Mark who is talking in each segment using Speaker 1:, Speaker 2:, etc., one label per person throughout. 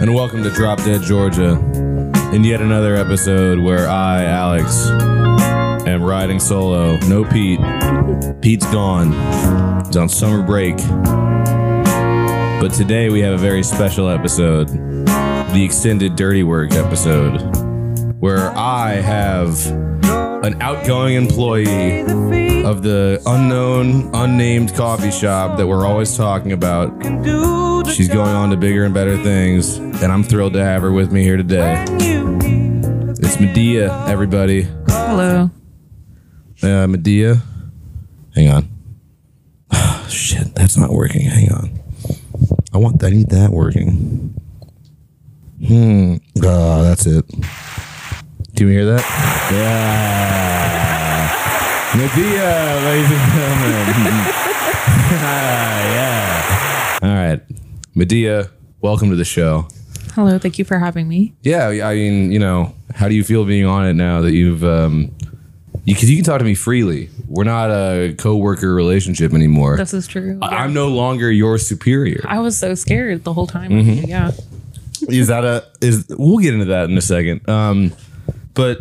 Speaker 1: and welcome to Drop Dead Georgia. In yet another episode where I, Alex, am riding solo. No Pete. Pete's gone. He's on summer break. But today we have a very special episode the extended Dirty Work episode, where I have an outgoing employee of the unknown, unnamed coffee shop that we're always talking about. She's going on to bigger and better things, and I'm thrilled to have her with me here today. It's Medea, everybody.
Speaker 2: Hello.
Speaker 1: Uh, Medea, hang on. Shit, that's not working. Hang on. I want. I need that working. Hmm. Ah, that's it. Do you hear that? Yeah. Medea, ladies and gentlemen. Ah, yeah. All right, Medea, welcome to the show.
Speaker 2: Hello. Thank you for having me.
Speaker 1: Yeah, I mean, you know, how do you feel being on it now that you've, um, you, cause you can talk to me freely. We're not a co-worker relationship anymore.
Speaker 2: This is true.
Speaker 1: I- I'm no longer your superior.
Speaker 2: I was so scared the whole time.
Speaker 1: Mm-hmm.
Speaker 2: Yeah.
Speaker 1: Is that a, is, we'll get into that in a second. Um, but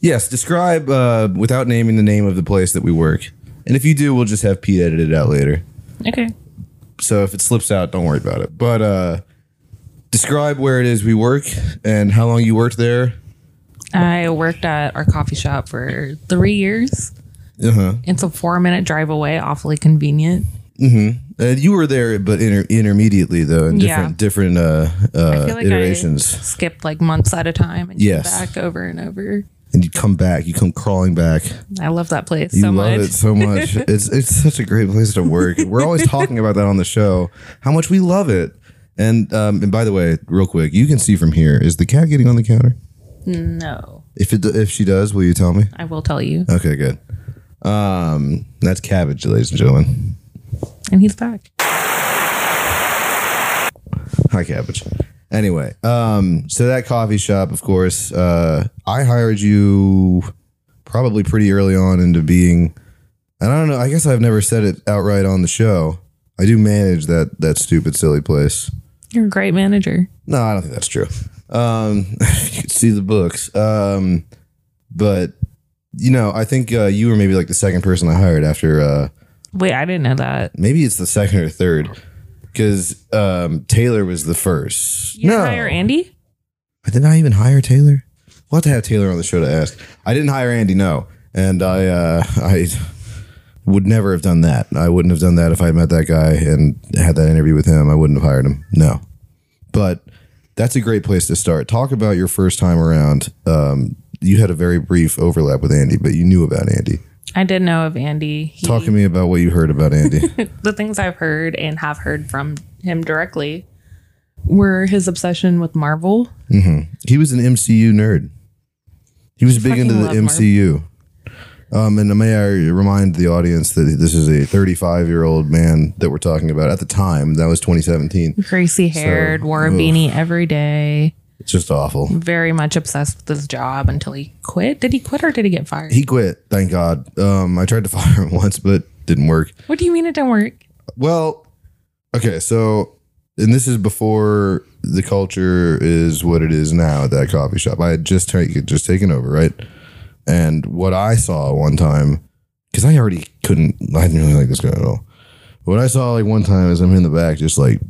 Speaker 1: yes, describe, uh, without naming the name of the place that we work. And if you do, we'll just have Pete edit it out later.
Speaker 2: Okay.
Speaker 1: So if it slips out, don't worry about it. But, uh, describe where it is we work and how long you worked there.
Speaker 2: I worked at our coffee shop for three years.
Speaker 1: Uh huh.
Speaker 2: It's a four minute drive away, awfully convenient.
Speaker 1: Uh, you were there, but inter- intermediately though, in different
Speaker 2: Yeah.
Speaker 1: different uh,
Speaker 2: I
Speaker 1: uh,
Speaker 2: feel like I
Speaker 1: iterations,
Speaker 2: skipped like months at a time and
Speaker 1: Yes.
Speaker 2: came back over and over.
Speaker 1: and you come back, you come crawling back.
Speaker 2: I love that place
Speaker 1: You
Speaker 2: so
Speaker 1: love
Speaker 2: much.
Speaker 1: it so much. it's it's such a great place to work. We're always talking about that on the show, how much we love it. And um, and by the way, real quick, you can see from here is the cat getting on the counter?
Speaker 2: No,
Speaker 1: If it if she does, will you tell me?
Speaker 2: I will tell you.
Speaker 1: Okay, good. Um, that's cabbage, ladies and gentlemen.
Speaker 2: And he's back.
Speaker 1: Hi, cabbage. Anyway, um, so that coffee shop, of course, uh, I hired you probably pretty early on into being, and I don't know. I guess I've never said it outright on the show. I do manage that that stupid silly place.
Speaker 2: You're a great manager.
Speaker 1: No, I don't think that's true. Um, you can see the books, um, but you know, I think uh, you were maybe like the second person I hired after. Uh,
Speaker 2: Wait, I didn't know that.
Speaker 1: maybe it's the second or third, because um, Taylor was the first.
Speaker 2: You hire Andy?
Speaker 1: Did I even hire Taylor? We'll have to have Taylor on the show to ask. I didn't hire Andy, no. And I uh, I would never have done that. I wouldn't have done that if I met that guy and had that interview with him. I wouldn't have hired him. No. But that's a great place to start. Talk about your first time around. Um, you had a very brief overlap with Andy, but you knew about Andy.
Speaker 2: I did know of Andy. He,
Speaker 1: Talk to me about what you heard about Andy.
Speaker 2: the things I've heard and have heard from him directly were his obsession with Marvel.
Speaker 1: he was an MCU nerd. He was big
Speaker 2: Fucking
Speaker 1: into the
Speaker 2: love Marvel.
Speaker 1: MCU. Um, and may I remind the audience that this is a 35 year old man that we're talking about at the time. That was 2017.
Speaker 2: Greasy haired, wore a
Speaker 1: oof.
Speaker 2: beanie every day,
Speaker 1: It's just awful.
Speaker 2: very much obsessed with his job until he quit. Did he quit or did he get fired?
Speaker 1: He quit, thank God. Um, I tried to fire him once, but didn't work.
Speaker 2: what do you mean it didn't work?
Speaker 1: Well, okay, so and this is before the culture is what it is now at that coffee shop. I had just take, just taken over, right? And what I saw one time, because I already couldn't, I didn't really like this guy at all. What I saw like one time is I'm in the back just like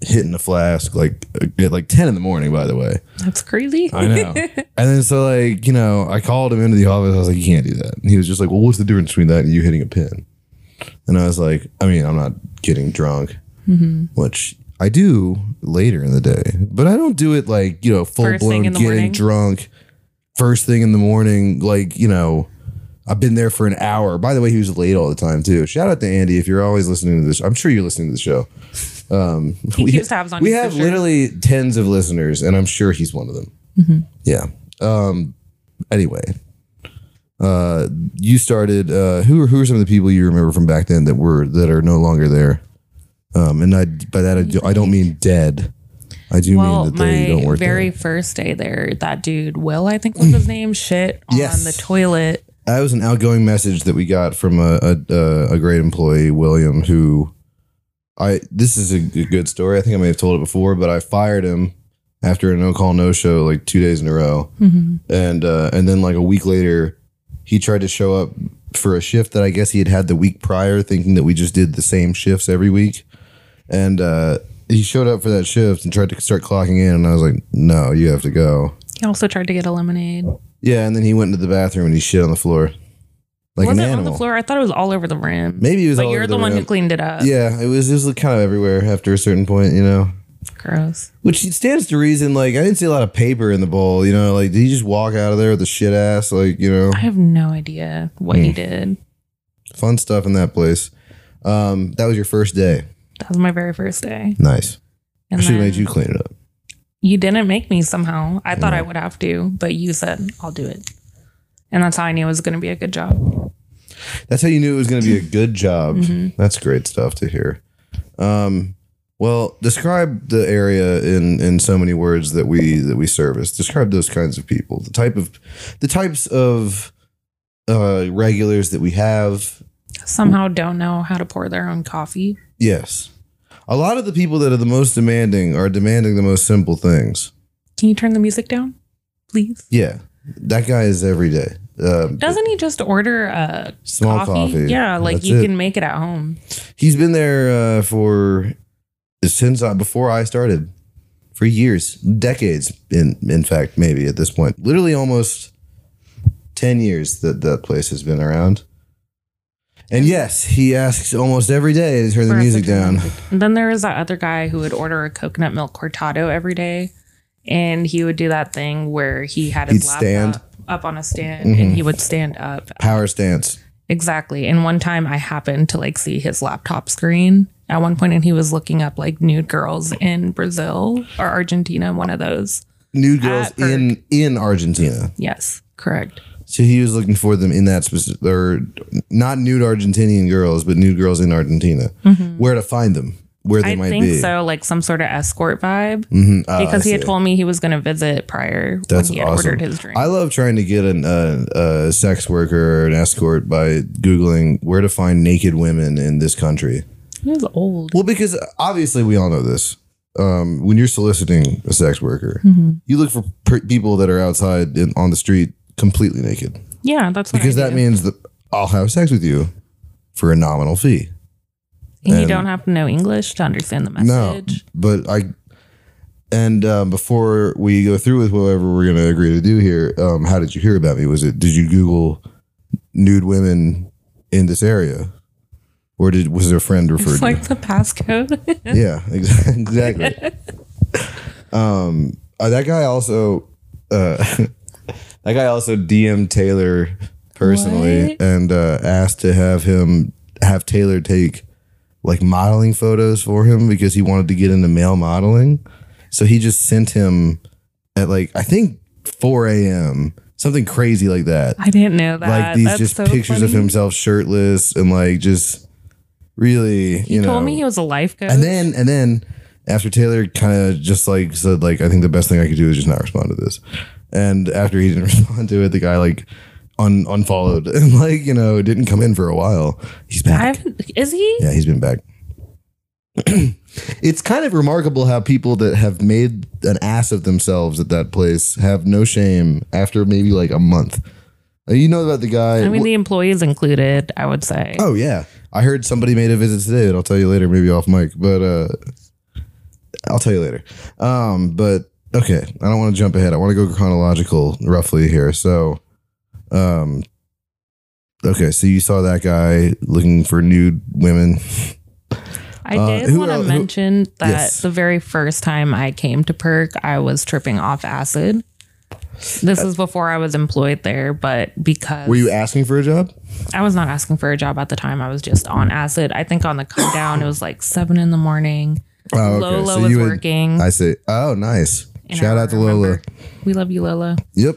Speaker 1: hitting the flask like at like 10 in the morning by the way
Speaker 2: That's crazy.
Speaker 1: i know and then so like you know i called him into the office i was like you can't do that and he was just like well what's the difference between that and you hitting a pin and I was like, I mean, I'm not getting drunk,
Speaker 2: Mm-hmm.
Speaker 1: which I do later in the day, but I don't do it like, you know, full
Speaker 2: First thing
Speaker 1: blown
Speaker 2: in the
Speaker 1: getting
Speaker 2: morning?
Speaker 1: drunk first thing in the morning. Like, you know, I've been there for an hour. By the way, he was late all the time, too. Shout out to Andy if you're always listening to this. I'm sure you're listening to the show. Um,
Speaker 2: He keeps tabs on
Speaker 1: we
Speaker 2: you for
Speaker 1: have
Speaker 2: sure.
Speaker 1: literally tens of listeners, and I'm sure he's one of them.
Speaker 2: Mm-hmm.
Speaker 1: Yeah. Um, anyway, uh, you started. Uh, who are who are some of the people you remember from back then that were that are no longer there? Um, and I by that I, do, I don't mean dead. I do
Speaker 2: Well,
Speaker 1: mean that they don't
Speaker 2: my
Speaker 1: work
Speaker 2: very first day there, that dude, Will, I think was his name, shit on
Speaker 1: Yes.
Speaker 2: the toilet.
Speaker 1: there. That was an outgoing message that we got from a a, a, a great employee, William, who I this is a, g- good story. I think I may have told it before, but I fired him after a no call no show like two days in a row, and uh, and then like a week later, he tried to show up for a shift that I guess he had had the week prior, thinking that we just did the same shifts every week, and uh, he showed up for that shift and tried to start clocking in, and I was like, no, you have to go.
Speaker 2: He also tried to get a lemonade.
Speaker 1: Yeah, and then he went into the bathroom and he shit on the floor, like
Speaker 2: was
Speaker 1: an
Speaker 2: it
Speaker 1: animal.
Speaker 2: on the floor? I thought it was all over the rim.
Speaker 1: Maybe he was.
Speaker 2: but
Speaker 1: all
Speaker 2: you're
Speaker 1: over
Speaker 2: the, one
Speaker 1: room.
Speaker 2: who cleaned it up.
Speaker 1: Yeah, it was. It was kind of everywhere after a certain point, you know.
Speaker 2: Gross.
Speaker 1: Which stands to reason. Like I didn't see a lot of paper in the bowl, you know. Like did he just walk out of there with a shit ass? Like you know,
Speaker 2: I have no idea what
Speaker 1: Mm.
Speaker 2: he did.
Speaker 1: fun stuff in that place. Um, that was your first day.
Speaker 2: That was my very first day.
Speaker 1: Nice.
Speaker 2: And
Speaker 1: I should have
Speaker 2: then
Speaker 1: made you clean it up.
Speaker 2: you didn't make me somehow. I thought I would have to, but you said I'll do it. And that's how I knew it was going to be a good job.
Speaker 1: That's how you knew it was going to be a good job.
Speaker 2: Mm-hmm.
Speaker 1: That's great stuff to hear. Um, well, describe the area in in so many words that we that we service. Describe those kinds of people, the type of the types of uh, regulars that we have.
Speaker 2: Somehow don't know how to pour their own coffee.
Speaker 1: Yes, a lot of the people that are the most demanding are demanding the most simple things.
Speaker 2: Can you turn the music down, please?
Speaker 1: Yeah, that guy is every day. Um,
Speaker 2: Doesn't he just order a
Speaker 1: Small
Speaker 2: coffee?
Speaker 1: coffee.
Speaker 2: Yeah, like
Speaker 1: That's
Speaker 2: you
Speaker 1: it.
Speaker 2: can make it at home.
Speaker 1: he's been there uh, for since I, before I started for years, decades in in fact, maybe at this point, literally almost ten years that that place has been around. And yes, he asks almost every day to turn the
Speaker 2: Or if
Speaker 1: music
Speaker 2: they turn
Speaker 1: down.
Speaker 2: the music- And then there was that other guy who would order a coconut milk cortado every day, and he would do that thing where he had his
Speaker 1: He'd
Speaker 2: laptop
Speaker 1: stand. Mm-hmm.
Speaker 2: up on a stand and he would stand up
Speaker 1: Power stance.
Speaker 2: Exactly. And one time I happened to like see his laptop screen at one point and he was looking up like nude girls in Brazil or Argentina, one of those.
Speaker 1: Nude girls
Speaker 2: At Perk.
Speaker 1: in in Argentina.
Speaker 2: Yes, correct.
Speaker 1: So he was looking for them in that specific, or not nude Argentinian girls, but nude girls in Argentina. Where to find them? Where they
Speaker 2: Mm-hmm. I
Speaker 1: might
Speaker 2: think
Speaker 1: be?
Speaker 2: so, like some sort of escort vibe.
Speaker 1: Mhm. Ah,
Speaker 2: because
Speaker 1: I
Speaker 2: he had
Speaker 1: see.
Speaker 2: told me he was going to visit prior
Speaker 1: That's
Speaker 2: when he had
Speaker 1: awesome.
Speaker 2: ordered his drink.
Speaker 1: I love trying to get an, uh, a sex worker or an escort by Googling where to find naked women in this country.
Speaker 2: he was old.
Speaker 1: Well, because obviously we all know this. Um, when you're soliciting a sex worker,
Speaker 2: Mm-hmm.
Speaker 1: you look for per- people that are outside in, on the street completely naked
Speaker 2: Yeah, that's what I
Speaker 1: because that
Speaker 2: do.
Speaker 1: means that I'll have sex with you for a nominal fee.
Speaker 2: And you don't have to know English to understand the
Speaker 1: No,
Speaker 2: message.
Speaker 1: but I. And um, before we go through with whatever we're going to agree to do here, um, how did you hear about me? Was it did you Google nude women in this area, or did was a friend referred?
Speaker 2: It's
Speaker 1: to
Speaker 2: like the passcode.
Speaker 1: you? Yeah, ex- exactly. um, uh, that guy also, uh, that guy also DM'd Taylor personally
Speaker 2: What?
Speaker 1: and uh, asked to have him have Taylor take like modeling photos for him because he wanted to get into male modeling. So he just sent him at like I think 4 a.m. something crazy like that.
Speaker 2: I didn't know that.
Speaker 1: like these
Speaker 2: Ah, That's
Speaker 1: just
Speaker 2: so
Speaker 1: pictures of
Speaker 2: funny.
Speaker 1: himself shirtless and like just really
Speaker 2: He
Speaker 1: you know
Speaker 2: told me he was a life coach.
Speaker 1: and then and then after Taylor kind of just like said like I think the best thing I could do is just not respond to this. And after he didn't respond to it, the guy like un- unfollowed and like you know didn't come in for a while. He's back.
Speaker 2: I haven't- is he?
Speaker 1: yeah, he's been back. it's kind of remarkable how people that have made an ass of themselves at that place have no shame after maybe like a month. Uh, You know about the guy?
Speaker 2: I mean, the employees included, I would say.
Speaker 1: Oh yeah, I heard somebody made a visit today, and I'll tell you later, maybe off mic, but uh, I'll tell you later. Um, but okay, I don't want to jump ahead. I want to go chronological roughly here. So, um, okay, so you saw that guy looking for nude women.
Speaker 2: I
Speaker 1: uh,
Speaker 2: did
Speaker 1: who
Speaker 2: want
Speaker 1: el-
Speaker 2: to
Speaker 1: who-
Speaker 2: mention that
Speaker 1: Yes.
Speaker 2: the very first time I came to Perk, I was tripping off acid. This is before I was employed there, but because
Speaker 1: Uh, Were you asking for a job?
Speaker 2: I was not asking for a job at the time, I was just on acid. I think on the come down, it was like seven in the morning.
Speaker 1: Oh,
Speaker 2: Lola was
Speaker 1: had-
Speaker 2: working.
Speaker 1: I see. Oh, nice.
Speaker 2: and I
Speaker 1: Shout out to Lola.
Speaker 2: remember- We love you, Lola.
Speaker 1: Yep.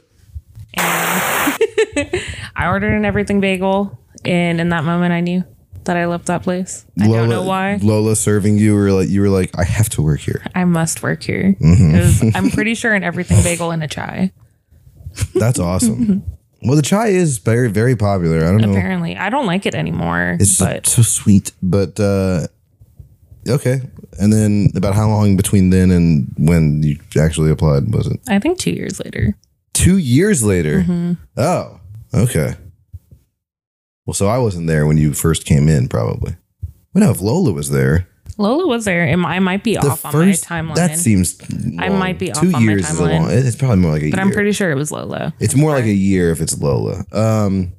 Speaker 2: I ordered an everything bagel, and in that moment, I knew that I loved that place. I don't know why.
Speaker 1: Lola serving you were like you were like I have to work here.
Speaker 2: I must work here.
Speaker 1: Mm-hmm.
Speaker 2: It was, I'm pretty sure an everything bagel and a chai.
Speaker 1: That's awesome. well, the chai is very very Oh. popular. I don't know.
Speaker 2: Apparently, I don't like it anymore.
Speaker 1: It's
Speaker 2: but
Speaker 1: so sweet. But uh Okay. And then about how long between then and when you actually applied was it?
Speaker 2: I think two years later.
Speaker 1: Two years later.
Speaker 2: Mhm.
Speaker 1: Oh, okay. Well, so I wasn't there when you first came in, probably. Well, no, if Lola was there,
Speaker 2: Lola was there. Am- I might be
Speaker 1: the
Speaker 2: off on my
Speaker 1: first
Speaker 2: timeline.
Speaker 1: that seems.
Speaker 2: I
Speaker 1: long.
Speaker 2: might be
Speaker 1: two
Speaker 2: off on my
Speaker 1: years is a
Speaker 2: timeline.
Speaker 1: long. It's probably more like a year.
Speaker 2: but I'm pretty sure it was Lola.
Speaker 1: It's more like a year if it's Lola. Um,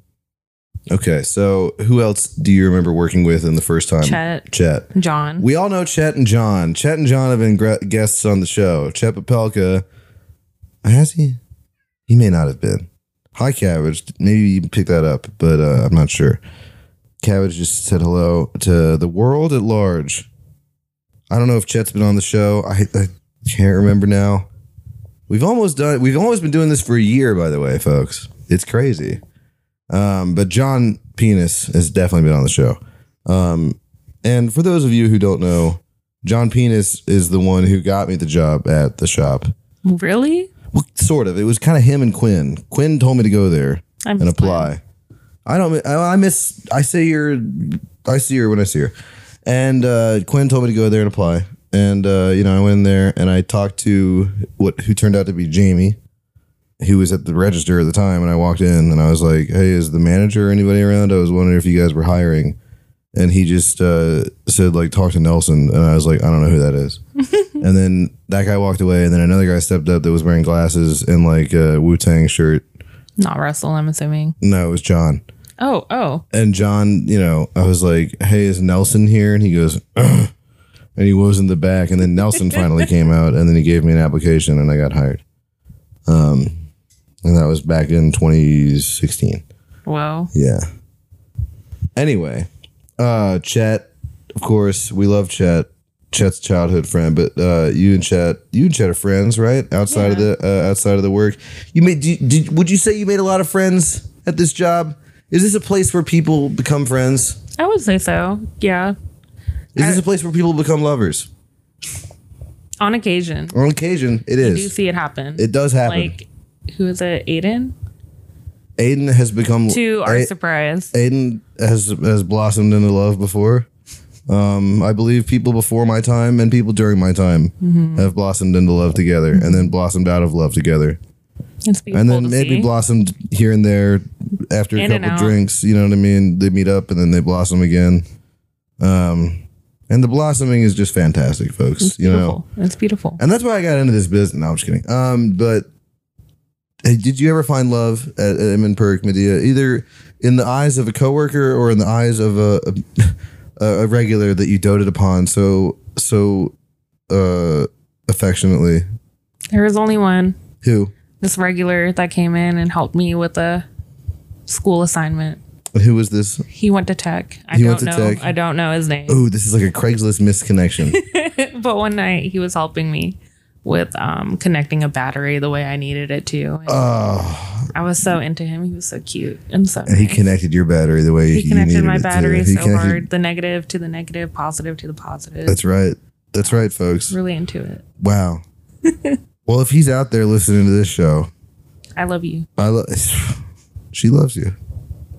Speaker 1: okay, so who else do you remember working with in the first time?
Speaker 2: Chet,
Speaker 1: Chet.
Speaker 2: John.
Speaker 1: We all know Chet and John. Chet and John have been gre- guests on the show. Chet Papelka. Has he? He may not have been. Hi, Cabbage. Maybe you picked that up, but uh, I'm not sure. Cabbage just said hello to the world at large. I don't know if Chet's been on the show. I, I can't remember now. We've almost done. We've almost been doing this for a year, by the way, folks. It's crazy. Um, but John Penis has definitely been on the show. Um, and for those of you who don't know, John Penis is the one who got me the job at the shop.
Speaker 2: really?
Speaker 1: Well, sort of. It was kind of him and Quinn. Quinn told me to go there
Speaker 2: I'm
Speaker 1: and
Speaker 2: just
Speaker 1: apply. I don't. I I miss. I see her. I see her when I see her. And uh, Quinn told me to go there and apply. And uh, you know, I went in there and I talked to what who turned out to be Jamie, who was at the register at the time. And I walked in and I was like, "Hey, is the manager or anybody around?" I was wondering if you guys were hiring. And he just uh, said like, "Talk to Nelson." And I was like, "I don't know who that is." and then that guy walked away. And then another guy stepped up that was wearing glasses and like a Wu Tang shirt.
Speaker 2: Not Russell, I'm assuming.
Speaker 1: No, it was John.
Speaker 2: Oh, oh.
Speaker 1: And John, you know, I was like, "Hey, is Nelson here?" And he goes, "Ugh." and he was in the back. And then Nelson finally came out, and then he gave me an application, and I got hired. Um, and that was back in 2016.
Speaker 2: Well,
Speaker 1: Yeah. Anyway, uh, Chet, of course, we love Chet. Chet's childhood friend, but uh, you and Chet, you and Chet are friends, right? Outside of the uh, outside of the work, you made. Did, did, would you say you made a lot of friends at this job? Is this a place where people become friends?
Speaker 2: I would say so. Yeah.
Speaker 1: Is this a place where people become lovers?
Speaker 2: On occasion.
Speaker 1: On occasion, it
Speaker 2: I do
Speaker 1: is.
Speaker 2: see it happen.
Speaker 1: It does happen.
Speaker 2: like who is it? Aiden?
Speaker 1: Aiden has become
Speaker 2: To our
Speaker 1: A-
Speaker 2: surprise.
Speaker 1: Aiden has has blossomed into love before. Um, I believe people before my time and people during my time
Speaker 2: Mm-hmm.
Speaker 1: have blossomed into love together, and then blossomed out of love together,
Speaker 2: It's beautiful
Speaker 1: and then
Speaker 2: to
Speaker 1: maybe
Speaker 2: see.
Speaker 1: blossomed here and there after a
Speaker 2: In and
Speaker 1: couple
Speaker 2: out.
Speaker 1: drinks. You know what I mean? They meet up and then they blossom again. Um, and the blossoming is just fantastic, folks.
Speaker 2: it's
Speaker 1: you know,
Speaker 2: beautiful. It's beautiful.
Speaker 1: and that's why I got into this business. No, I'm just kidding. Um, but hey, did you ever find love at, at M and Perk Medea, either in the eyes of a coworker or in the eyes of a a, a regular that you doted upon so so uh, affectionately?
Speaker 2: There was only one,
Speaker 1: Who
Speaker 2: this regular that came in and helped me with a school assignment.
Speaker 1: who was this?
Speaker 2: He went to tech. I
Speaker 1: He
Speaker 2: don't
Speaker 1: went to
Speaker 2: know.
Speaker 1: tech.
Speaker 2: I don't know his name.
Speaker 1: Oh, this is like a Craigslist misconnection.
Speaker 2: but one night he was helping me with um, connecting a battery the way I needed it to. And
Speaker 1: oh,
Speaker 2: I was so into him. He was so cute and so.
Speaker 1: and he
Speaker 2: nice.
Speaker 1: connected your battery the way
Speaker 2: He connected
Speaker 1: needed
Speaker 2: my
Speaker 1: it to.
Speaker 2: battery
Speaker 1: He
Speaker 2: so
Speaker 1: connected-
Speaker 2: hard. The negative to the negative, positive to the positive.
Speaker 1: That's right. That's right, folks.
Speaker 2: really into it.
Speaker 1: Wow. well, if he's out there listening to this show,
Speaker 2: I love you.
Speaker 1: I love. She loves you.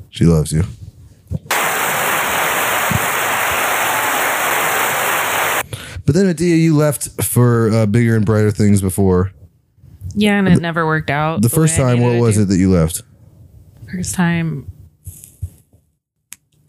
Speaker 1: She loves you. But then, Adia, you left for uh, bigger and brighter things before.
Speaker 2: Yeah, and it never worked out.
Speaker 1: The first time, what was it that you left?
Speaker 2: First time.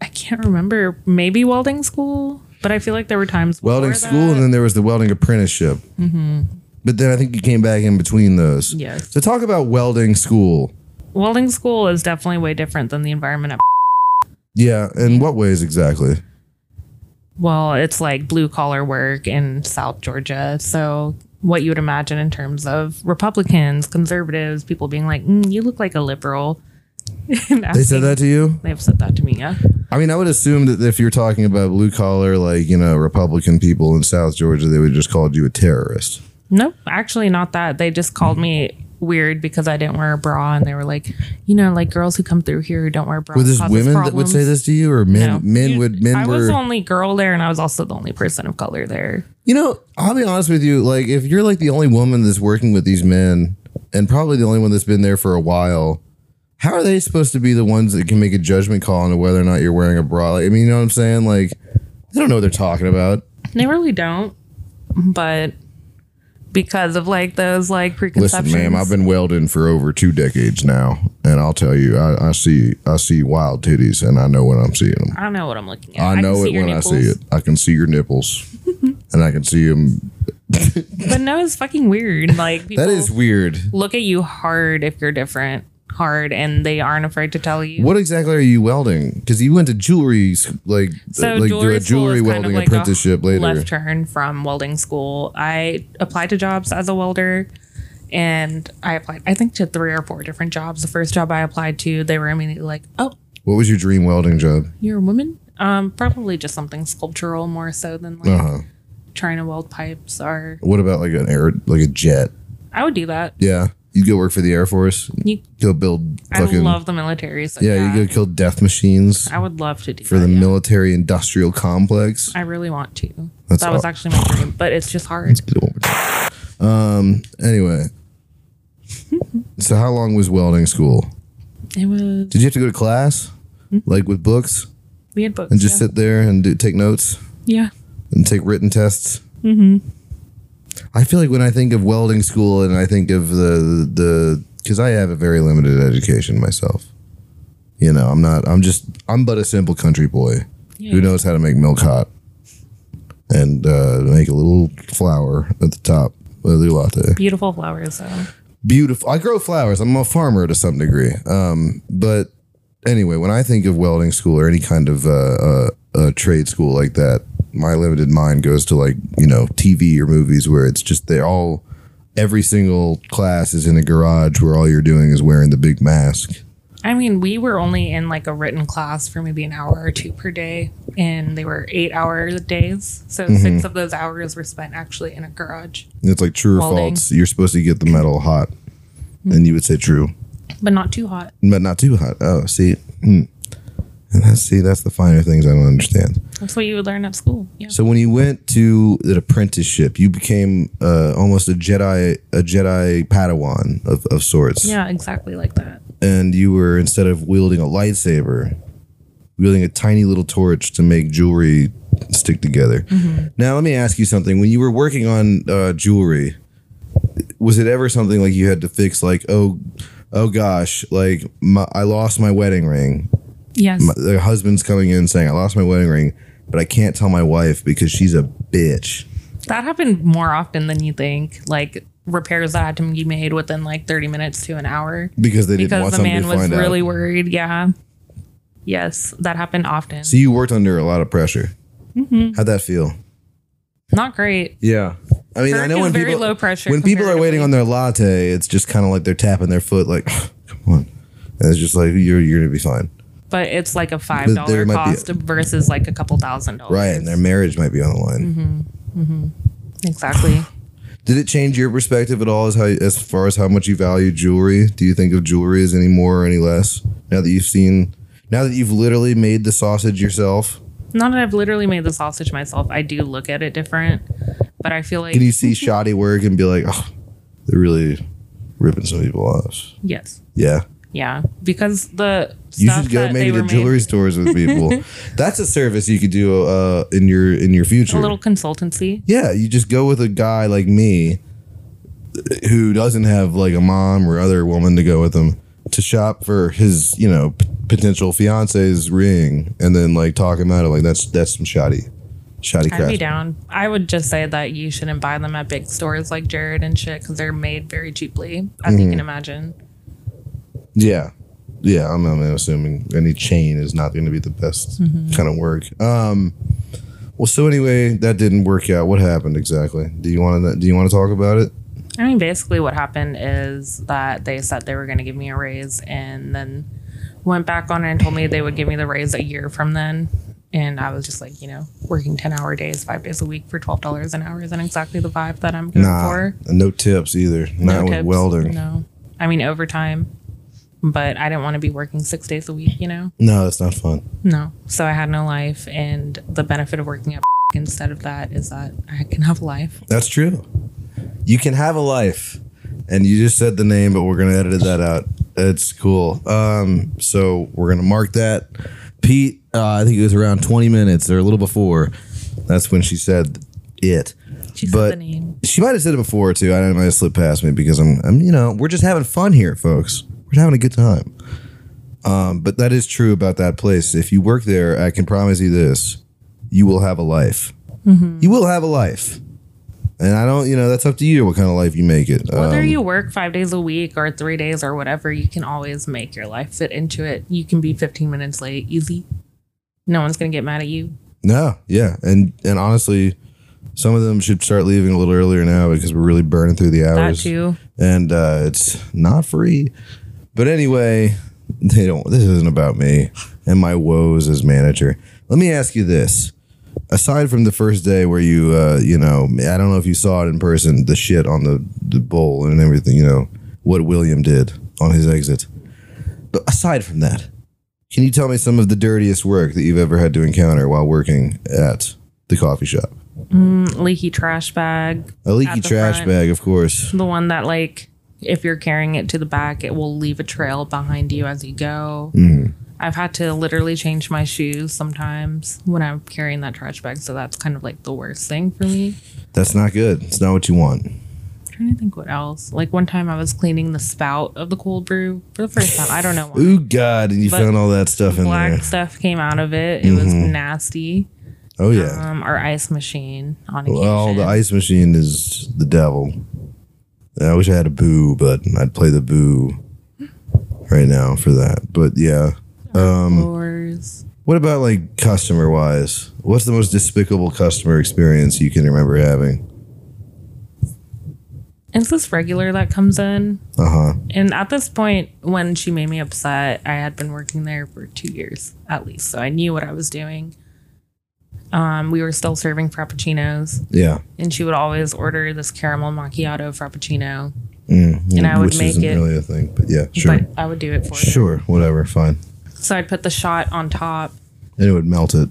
Speaker 2: I can't remember. Maybe welding school, but I feel like there were times
Speaker 1: Welding
Speaker 2: before
Speaker 1: school,
Speaker 2: that.
Speaker 1: and then there was the welding apprenticeship. Mm-hmm. But then I think you came back in between those.
Speaker 2: Yes.
Speaker 1: So talk about welding school.
Speaker 2: welding school is definitely way different than the environment at
Speaker 1: Yeah, in what ways exactly?
Speaker 2: Well, it's like blue collar work in South Georgia. So, what you would imagine in terms of Republicans, conservatives, people being like, mm, you look like a liberal. And
Speaker 1: They
Speaker 2: I've
Speaker 1: said
Speaker 2: seen-
Speaker 1: that to you.
Speaker 2: They've said that to me. Yeah.
Speaker 1: I mean, I would assume that if you're talking about blue collar, like, you know, Republican people in South Georgia, they would have just called you a terrorist.
Speaker 2: Nope, actually, not that. They just called me weird because I didn't wear a bra. And they were like, you know, like girls who come through here who don't wear bras.
Speaker 1: Were this
Speaker 2: causes
Speaker 1: women that would
Speaker 2: problems."
Speaker 1: say this to you or men
Speaker 2: No.
Speaker 1: men
Speaker 2: You-
Speaker 1: would men
Speaker 2: I was
Speaker 1: were
Speaker 2: the only girl there, and I was also the only person of color there.
Speaker 1: You know, I'll be honest with you, like if you're like the only woman that's working with these men and probably the only one that's been there for a while, how are they supposed to be the ones that can make a judgment call on whether or not you're wearing a bra? Like, I mean, you know what I'm saying? Like they don't know what they're talking about.
Speaker 2: They really don't, but because of like those like
Speaker 1: Listen,
Speaker 2: preconceptions.
Speaker 1: ma'am, I've been welding for over two decades now, and I'll tell you, I, I see, I see wild titties, and I know when I'm seeing them.
Speaker 2: I don't know what I'm looking at.
Speaker 1: I
Speaker 2: can
Speaker 1: know
Speaker 2: see
Speaker 1: it
Speaker 2: your
Speaker 1: when I see
Speaker 2: nipples.
Speaker 1: it. I can see your nipples, and I can see them.
Speaker 2: But no, it's fucking weird. Like people
Speaker 1: That is weird.
Speaker 2: look at you hard if you're different, hard, and they aren't afraid to tell you.
Speaker 1: What exactly are you welding? Because you went to jewelry, sc- like
Speaker 2: So
Speaker 1: like
Speaker 2: jewelry
Speaker 1: do a jewelry
Speaker 2: school is
Speaker 1: welding
Speaker 2: kind of like
Speaker 1: apprenticeship
Speaker 2: a
Speaker 1: later.
Speaker 2: left turn from welding school. I applied to jobs as a welder, and I applied. I think to three or four different jobs. The first job I applied to, they were immediately like, "Oh,
Speaker 1: What was your dream welding job?
Speaker 2: you're a woman." Um, probably just something sculptural more so than like
Speaker 1: Uh huh.
Speaker 2: trying to weld pipes. Or
Speaker 1: What about like an air, like a jet?
Speaker 2: I would do that.
Speaker 1: Yeah, you go work for the Air Force.
Speaker 2: You,
Speaker 1: Go build
Speaker 2: I
Speaker 1: fucking.
Speaker 2: love the military. So
Speaker 1: yeah, you go kill death machines
Speaker 2: I would love to do
Speaker 1: for
Speaker 2: that,
Speaker 1: the
Speaker 2: Oh, yeah.
Speaker 1: military industrial complex.
Speaker 2: I really want to.
Speaker 1: That's
Speaker 2: that was
Speaker 1: aw-
Speaker 2: actually my dream, but it's just hard.
Speaker 1: Get it one more time. Um. Anyway. so how long was welding school?
Speaker 2: It was.
Speaker 1: Did you have to go to class, like with books,
Speaker 2: We had books.
Speaker 1: and just
Speaker 2: yeah.
Speaker 1: sit there and do, take notes
Speaker 2: yeah.
Speaker 1: and take written tests? Mm-hmm. I feel like when I think of welding school and I think of the the because I have a very limited education myself. You know, I'm not. I'm just. I'm but a simple country boy who knows how to make milk hot and uh, make a little flour at the top with a latte.
Speaker 2: Beautiful flowers though.
Speaker 1: beautiful. I grow flowers. I'm a farmer to some degree. Um, but anyway, when I think of welding school or any kind of uh, uh, uh, trade school like that, my limited mind goes to like you know TV or movies where it's just they're all every single class is in a garage where all you're doing is wearing the big mask.
Speaker 2: I mean, we were only in like a written class for maybe an hour or two per day, and they were eight hour days. So
Speaker 1: Mm-hmm.
Speaker 2: six of those hours were spent actually in a garage,
Speaker 1: And It's like true or
Speaker 2: Welding.
Speaker 1: false. You're supposed to get the metal hot, and you would say true,
Speaker 2: but not too hot.
Speaker 1: but not too hot. Oh, see. Hmm. And that's see, that's the finer things I don't understand.
Speaker 2: That's what you would learn at school. Yeah.
Speaker 1: So when you went to an apprenticeship, you became uh, almost a Jedi, a Jedi Padawan of, of sorts,
Speaker 2: Yeah, exactly like that.
Speaker 1: and you were instead of wielding a lightsaber, wielding a tiny little torch to make jewelry stick together. Now let me ask you something: When you were working on uh, jewelry, was it ever something like you had to fix, like oh, oh gosh, like my, I lost my wedding ring,
Speaker 2: Yes.
Speaker 1: my, the husband's coming in saying, "I lost my wedding ring, but I can't tell my wife because she's a bitch."
Speaker 2: that happened more often than you think. Like repairs that had to be made within like 30 minutes to an hour
Speaker 1: Because they didn't
Speaker 2: because
Speaker 1: want
Speaker 2: the
Speaker 1: somebody
Speaker 2: man
Speaker 1: to
Speaker 2: was
Speaker 1: find
Speaker 2: really
Speaker 1: out.
Speaker 2: worried. Yeah. Yes, that happened often.
Speaker 1: So you worked under a lot of pressure.
Speaker 2: Mm-hmm.
Speaker 1: How'd that feel?
Speaker 2: Not great.
Speaker 1: Yeah, I mean, I
Speaker 2: Kirk
Speaker 1: know
Speaker 2: is
Speaker 1: when
Speaker 2: very
Speaker 1: people
Speaker 2: low pressure
Speaker 1: when people are waiting
Speaker 2: comparatively.
Speaker 1: on their latte, it's just kind of like they're tapping their foot, like, "Come on," and it's just like you're you're gonna be fine,
Speaker 2: but it's like a five
Speaker 1: there
Speaker 2: dollar
Speaker 1: might be-
Speaker 2: cost versus like a couple thousand dollars.
Speaker 1: right? And their marriage might be on the line.
Speaker 2: Mm-hmm. Exactly.
Speaker 1: Did it change your perspective at all as how as far as how much you value jewelry? Do you think of jewelry as any more or any less now that you've seen? Now that you've literally made the sausage yourself,
Speaker 2: Not that I've literally made the sausage myself. I do look at it different, but I feel like
Speaker 1: can you see shoddy work and be like, oh, they're really ripping some people off?
Speaker 2: yes,
Speaker 1: Yeah.
Speaker 2: yeah, because the
Speaker 1: You
Speaker 2: stuff
Speaker 1: should go
Speaker 2: that
Speaker 1: maybe
Speaker 2: they
Speaker 1: to
Speaker 2: were
Speaker 1: jewelry stores with people. That's a service you could do uh, in your in your
Speaker 2: made,
Speaker 1: future.
Speaker 2: a little consultancy.
Speaker 1: yeah, you just go with a guy like me who doesn't have like a mom or other woman to go with him to shop for his, you know, p- potential fiance's ring and then like talk him out of like that's that's some shoddy shoddy
Speaker 2: I'd be
Speaker 1: crap.
Speaker 2: down. I would just say that you shouldn't buy them at big stores like Jared and shit because they're made very cheaply, as
Speaker 1: Mm-hmm.
Speaker 2: you can imagine.
Speaker 1: Yeah. Yeah, I'm, I'm assuming any chain is not going to be the best
Speaker 2: Mm-hmm.
Speaker 1: kind of work. Um well, so anyway, that didn't work out. What happened exactly? Do you want to do you want to talk about it?
Speaker 2: I mean, basically, what happened is that they said they were going to give me a raise and then went back on it and told me they would give me the raise a year from then. And I was just like, you know, working 10 hour days, five days a week for $12 an hour isn't exactly the vibe that I'm going
Speaker 1: Nah,
Speaker 2: for.
Speaker 1: no tips either.
Speaker 2: No
Speaker 1: Not with
Speaker 2: tips,
Speaker 1: welding.
Speaker 2: No. I mean, overtime, but I didn't want to be working six days a week, you know?
Speaker 1: No, that's not fun.
Speaker 2: No. So I had no life. And the benefit of working at instead of that is that I can have a life.
Speaker 1: That's true. You can have a life, and you just said the name, but we're gonna edit that out. It's cool. Um, so we're gonna mark that. Pete, uh, I think it was around 20 minutes or a little before. That's when she said it.
Speaker 2: She
Speaker 1: But-
Speaker 2: said the name.
Speaker 1: She might have said it before too. I don't know. It slipped past me because I'm, I'm, you know, we're just having fun here, folks. We're having a good time. Um, but that is true about that place. If you work there, I can promise you this: you will have a life.
Speaker 2: Mm-hmm.
Speaker 1: You will have a life. And I don't, you know, that's up to you what kind of life you make it.
Speaker 2: Whether
Speaker 1: Um,
Speaker 2: you work five days a week or three days or whatever, you can always make your life fit into it. You can be 15 minutes late, easy. No one's going to get mad at you.
Speaker 1: No, yeah, and and honestly, some of them should start leaving a little earlier now because we're really burning through the
Speaker 2: That
Speaker 1: hours,
Speaker 2: too.
Speaker 1: and uh, it's not free. But anyway, they don't. This isn't about me and my woes as manager. Let me ask you this: aside from the first day where you, uh, you know, I don't know if you saw it in person, the shit on the the bowl and everything, you know, what William did on his exit. But aside from that, can you tell me some of the dirtiest work that you've ever had to encounter while working at the coffee shop?
Speaker 2: Leaky trash bag.
Speaker 1: A leaky
Speaker 2: At the
Speaker 1: trash
Speaker 2: front.
Speaker 1: bag, of course.
Speaker 2: The one that, like, if you're carrying it to the back, it will leave a trail behind you as you go. I've had to literally change my shoes sometimes when I'm carrying that trash bag. So that's kind of like the worst thing for me.
Speaker 1: That's not good. It's not what you want.
Speaker 2: trying to think what else. Like one time I was cleaning the spout of the cold brew for the first time. I don't know. why.
Speaker 1: Ooh, God! And you
Speaker 2: But
Speaker 1: found all that stuff in
Speaker 2: black
Speaker 1: there.
Speaker 2: stuff came out of it. It was nasty.
Speaker 1: Oh yeah.
Speaker 2: Um, our ice machine on occasion.
Speaker 1: Well, the ice machine is the devil. I wish I had a boo, but I'd play the boo right now for that. But yeah. um,
Speaker 2: floors.
Speaker 1: What about like customer wise? What's the most despicable customer experience you can remember having?
Speaker 2: It's this regular that comes in.
Speaker 1: Uh huh.
Speaker 2: And at this point, when she made me upset, I had been working there for two years at least. So I knew what I was doing. Um, we were still serving Frappuccinos,
Speaker 1: Yeah.
Speaker 2: and she would always order this caramel macchiato Frappuccino.
Speaker 1: Mm,
Speaker 2: And I would
Speaker 1: which
Speaker 2: make
Speaker 1: isn't
Speaker 2: it-
Speaker 1: really a thing, but yeah, sure,
Speaker 2: But I would do it for her.
Speaker 1: sure, whatever, fine.
Speaker 2: So I'd put the shot on top
Speaker 1: And it would melt it.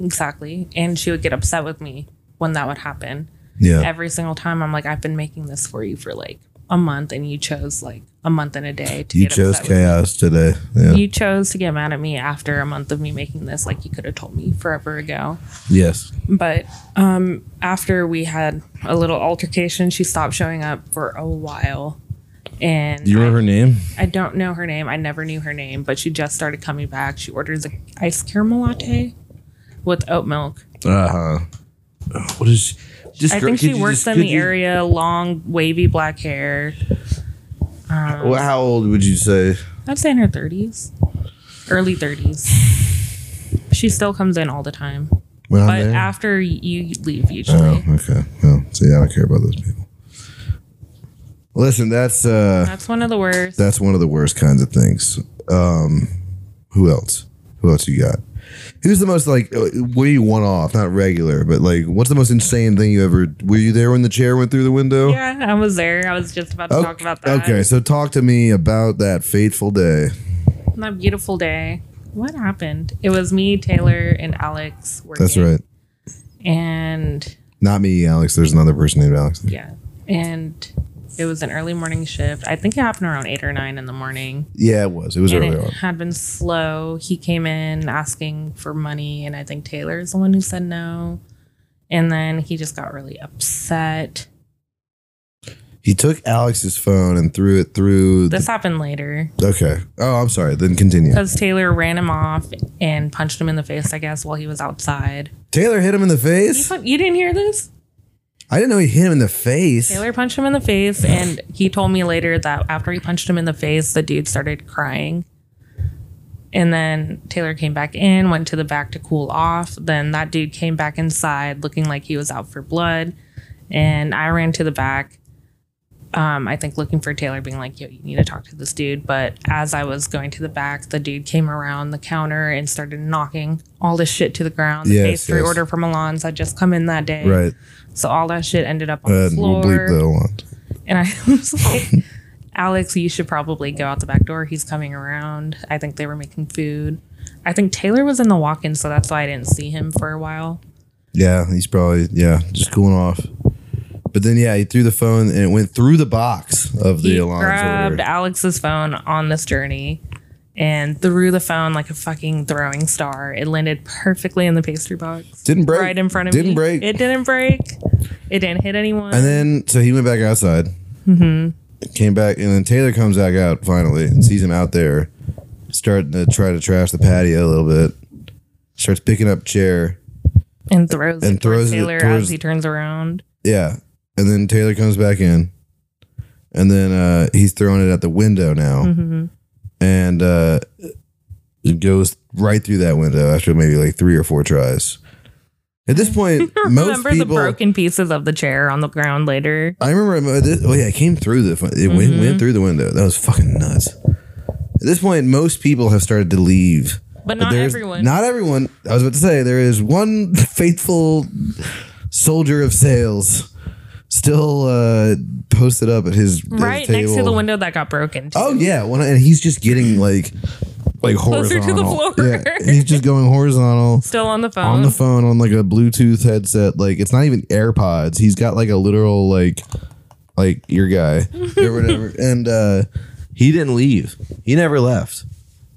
Speaker 2: Exactly. And she would get upset with me when that would happen.
Speaker 1: Yeah,
Speaker 2: Every single time I'm like, I've been making this for you for like a month and you chose like a month and a day to
Speaker 1: you
Speaker 2: get
Speaker 1: chose
Speaker 2: upset with me.
Speaker 1: chaos today. Yeah.
Speaker 2: You chose to get mad at me after a month of me making this, like you could have told me forever ago.
Speaker 1: yes.
Speaker 2: But um, after we had a little altercation, she stopped showing up for a while. And
Speaker 3: Do you remember her name?
Speaker 2: I, I don't know her name. I never knew her name, but she just started coming back. She orders an ice caramel latte with oat milk.
Speaker 1: Uh huh. What is? Just
Speaker 2: I think she works in the area, long, wavy black hair.
Speaker 1: Well, how old would you say?
Speaker 2: I'd say in her 30s, early 30s. She still comes in all the time.
Speaker 1: When I'm
Speaker 2: But
Speaker 1: there?
Speaker 2: after you leave, usually.
Speaker 1: oh, okay. Well, see, I don't care about those people. Listen, that's uh,
Speaker 2: That's one of the worst.
Speaker 1: that's one of the worst kinds of things. Um, who else? Who else you got? Who's the most like? uh, What do you want off? Not regular, but like, what's the most insane thing you ever? Were you there when the chair went through the window?
Speaker 2: yeah, I was there. I was just about to
Speaker 1: O-
Speaker 2: talk about that.
Speaker 1: Oh, Okay, so talk to me about that fateful day.
Speaker 2: On That beautiful day. What happened? It was me, Taylor, and Alex working.
Speaker 1: That's right.
Speaker 2: And
Speaker 1: Not me, Alex. There's another person named Alex.
Speaker 2: yeah. And it was an early morning shift. I think it happened around eight or nine in the morning.
Speaker 1: Yeah, it was. It was
Speaker 2: and
Speaker 1: early
Speaker 2: it
Speaker 1: on.
Speaker 2: had been slow. He came in asking for money, and I think Taylor is the one who said no. And then he just got really upset.
Speaker 1: He took Alex's phone and threw it through. The,
Speaker 2: This happened later
Speaker 1: okay. Oh, I'm sorry. Then continue.
Speaker 2: because Taylor ran him off and punched him in the face, I guess, while he was outside.
Speaker 1: Taylor hit him in the
Speaker 2: You,
Speaker 1: face.
Speaker 2: pun- you didn't hear this?
Speaker 1: I didn't know he hit him in the face.
Speaker 2: Taylor punched him in the face, and he told me later that after he punched him in the face, the dude started crying. And then Taylor came back in, went to the back to cool off. Then that dude came back inside looking like he was out for blood. And I ran to the back, um, I think looking for Taylor, being like, yo, you need to talk to this dude. But as I was going to the back, the dude came around the counter and started knocking all this shit to the ground. The
Speaker 1: Yes,
Speaker 2: pastry
Speaker 1: yes.
Speaker 2: order from Alon's had just come in that day.
Speaker 1: Right. Uh,
Speaker 2: So all that shit ended up on the
Speaker 1: And
Speaker 2: floor.
Speaker 1: we'll bleep that one.
Speaker 2: And I was like, Alex, you should probably go out the back door. He's coming around. I think they were making food. I think Taylor was in the walk in, so that's why I didn't see him for a while.
Speaker 1: Yeah, he's probably yeah just cooling off. But then yeah, he threw the phone and it went through the box of the
Speaker 2: he
Speaker 1: alarm.
Speaker 2: grabbed
Speaker 1: order.
Speaker 2: Alex's phone on this journey and threw the phone like a fucking throwing star. It landed perfectly in the pastry box.
Speaker 1: Didn't break.
Speaker 2: Right in front of
Speaker 1: Didn't
Speaker 2: me.
Speaker 1: break.
Speaker 2: It didn't break. It didn't hit anyone.
Speaker 1: And then, so he went back outside.
Speaker 2: Mm-hmm.
Speaker 1: Came back, and then Taylor comes back out finally and sees him out there, starting to try to trash the patio a little bit. Starts picking up chair.
Speaker 2: and throws
Speaker 1: and
Speaker 2: it towards
Speaker 1: throws it
Speaker 2: Taylor
Speaker 1: towards-
Speaker 2: as he turns around.
Speaker 1: Yeah. And then Taylor comes back in. And then uh, he's throwing it at the window now.
Speaker 2: Mm-hmm.
Speaker 1: And uh, it goes right through that window after maybe like three or four tries. At this point, most
Speaker 2: Remember the
Speaker 1: people.
Speaker 2: broken pieces of the chair on the ground later.
Speaker 1: I remember. This, oh yeah, it came through the. It went,
Speaker 2: Mm-hmm.
Speaker 1: went through the window. That was fucking nuts. At this point, most people have started to leave.
Speaker 2: But not
Speaker 1: There's-
Speaker 2: everyone.
Speaker 1: Not everyone. I was about to say there is one faithful soldier of sales still uh, posted up at his at his
Speaker 2: right next to the
Speaker 1: table.
Speaker 2: window that got broken. too.
Speaker 1: Oh yeah, one, and he's just getting like like
Speaker 2: Closer to the
Speaker 1: horizontal.
Speaker 2: floor.
Speaker 1: Yeah, he's just going horizontal
Speaker 2: Still on the phone.
Speaker 1: on the phone on like a Bluetooth headset. Like it's not even AirPods. He's got like a literal like like ear guy or whatever. and uh he didn't leave. He never left.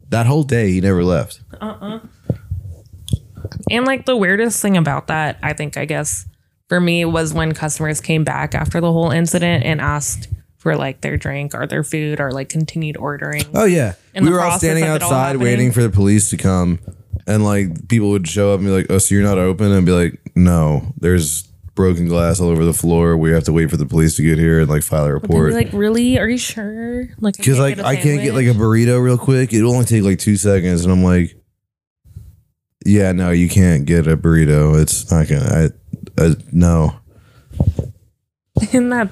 Speaker 1: That whole day he never left.
Speaker 2: And like the weirdest thing about that, I think, I guess, for me was when customers came back after the whole incident and asked for like their drink or their food or like continued ordering.
Speaker 1: Oh yeah.
Speaker 2: In
Speaker 1: we
Speaker 2: the
Speaker 1: were all
Speaker 2: process
Speaker 1: standing
Speaker 2: of it all
Speaker 1: outside
Speaker 2: happening.
Speaker 1: waiting for the police to come and like people would show up and be like, "Oh, so you're not open?" and be like, "No, there's broken glass all over the floor. We have to wait for the police to get here and like file a
Speaker 2: They'd
Speaker 1: report."
Speaker 2: be like, really? Are you sure? Like, I
Speaker 1: Because
Speaker 2: can't
Speaker 1: like
Speaker 2: get a
Speaker 1: I can't get like a
Speaker 2: sandwich?"
Speaker 1: burrito real quick. It'll only take like two seconds, and I'm like, yeah, no, you can't get a burrito. It's not gonna. I, I no.
Speaker 2: Isn't that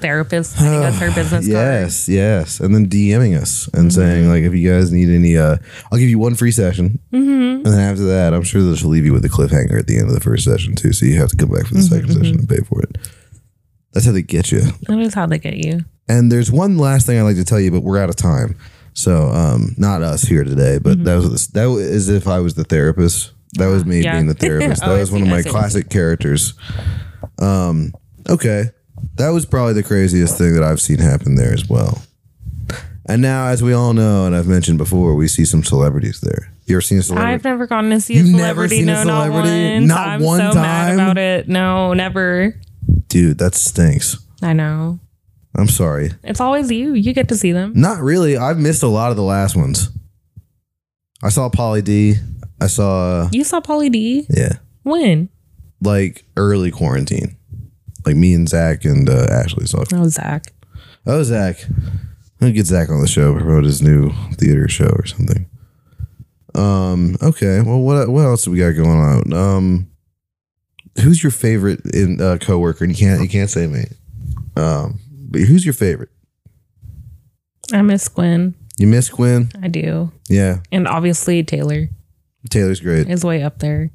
Speaker 2: therapist sending us her business card? Mm-hmm.
Speaker 1: Yes, yes, and then DMing us and saying like, if you guys need any, uh, I'll give you one free session,
Speaker 2: Mm-hmm.
Speaker 1: and then after that, I'm sure they'll just leave you with a cliffhanger at the end of the first session too. So you have to come back for
Speaker 2: Mm-hmm,
Speaker 1: the 2nd session and pay for it. That's how they get you.
Speaker 2: That is how they get you.
Speaker 1: And there's one last thing I'd like to tell you, but we're out of time. So, um, not us here today, but
Speaker 2: Mm-hmm.
Speaker 1: that was that was if I was the therapist. That was me
Speaker 2: Yeah.
Speaker 1: being the therapist.
Speaker 2: Oh,
Speaker 1: that
Speaker 2: I
Speaker 1: was one
Speaker 2: see,
Speaker 1: of
Speaker 2: I
Speaker 1: my
Speaker 2: see.
Speaker 1: classic characters. Um, okay, that was probably the craziest thing that I've seen happen there as well. And now, as we all know, and I've mentioned before, we see some celebrities there. You ever seen a
Speaker 2: I've
Speaker 1: celebrity?
Speaker 2: never gotten to see
Speaker 1: You've
Speaker 2: a
Speaker 1: never
Speaker 2: celebrity.
Speaker 1: seen a
Speaker 2: no,
Speaker 1: celebrity?
Speaker 2: not once.
Speaker 1: Not
Speaker 2: I'm
Speaker 1: one
Speaker 2: so
Speaker 1: time?
Speaker 2: mad about it. No, never.
Speaker 1: Dude, that stinks.
Speaker 2: I know.
Speaker 1: I'm sorry.
Speaker 2: It's always you. You get to see them.
Speaker 1: Not really. I've missed a lot of the last ones. I saw Polly D. I saw.
Speaker 2: You saw Polly D.
Speaker 1: Yeah.
Speaker 2: When?
Speaker 1: Like early quarantine. Like me and Zach and uh, Ashley saw. it.
Speaker 2: Oh, Zach.
Speaker 1: Oh, Zach. I'll get Zach on the show, promote his new theater show or something. Um. Okay. Well, what what else do we got going on? Um. Who's your favorite in uh, coworker? And you can't you can't say me. Um. But who's your favorite?
Speaker 2: I miss Gwen.
Speaker 1: You miss Quinn?
Speaker 2: I do.
Speaker 1: Yeah.
Speaker 2: And obviously, Taylor
Speaker 1: Taylor's great.
Speaker 2: is way up there.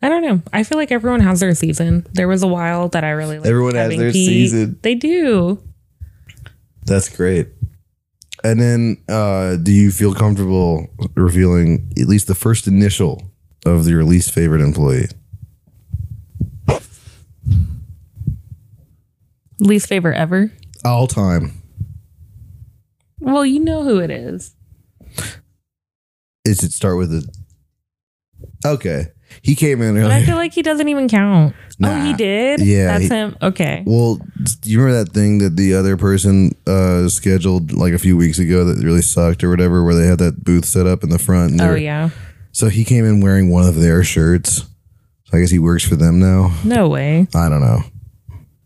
Speaker 2: I don't know. I feel like everyone has their season. There was a while that I really liked
Speaker 1: Everyone has
Speaker 2: having
Speaker 1: their
Speaker 2: Pete.
Speaker 1: season.
Speaker 2: They do.
Speaker 1: That's great. And then, uh, do you feel comfortable revealing at least the first initial of your least favorite employee?
Speaker 2: Least favorite ever.
Speaker 1: All time.
Speaker 2: Well, you know who it is.
Speaker 1: Is it start with a? Okay, he came in
Speaker 2: But I feel
Speaker 1: earlier.
Speaker 2: like he doesn't even count.
Speaker 1: Oh, Nah.
Speaker 2: Oh, he did?
Speaker 1: Yeah,
Speaker 2: That's
Speaker 1: he-
Speaker 2: him. Okay. Oh,
Speaker 1: Well, do you remember that thing that the other person uh, scheduled like a few weeks ago that really sucked or whatever, where they had that booth set up in the front? And they
Speaker 2: Oh,
Speaker 1: were-
Speaker 2: yeah.
Speaker 1: So he came in wearing one of their shirts. So I guess he works for them now.
Speaker 2: No way.
Speaker 1: I don't know.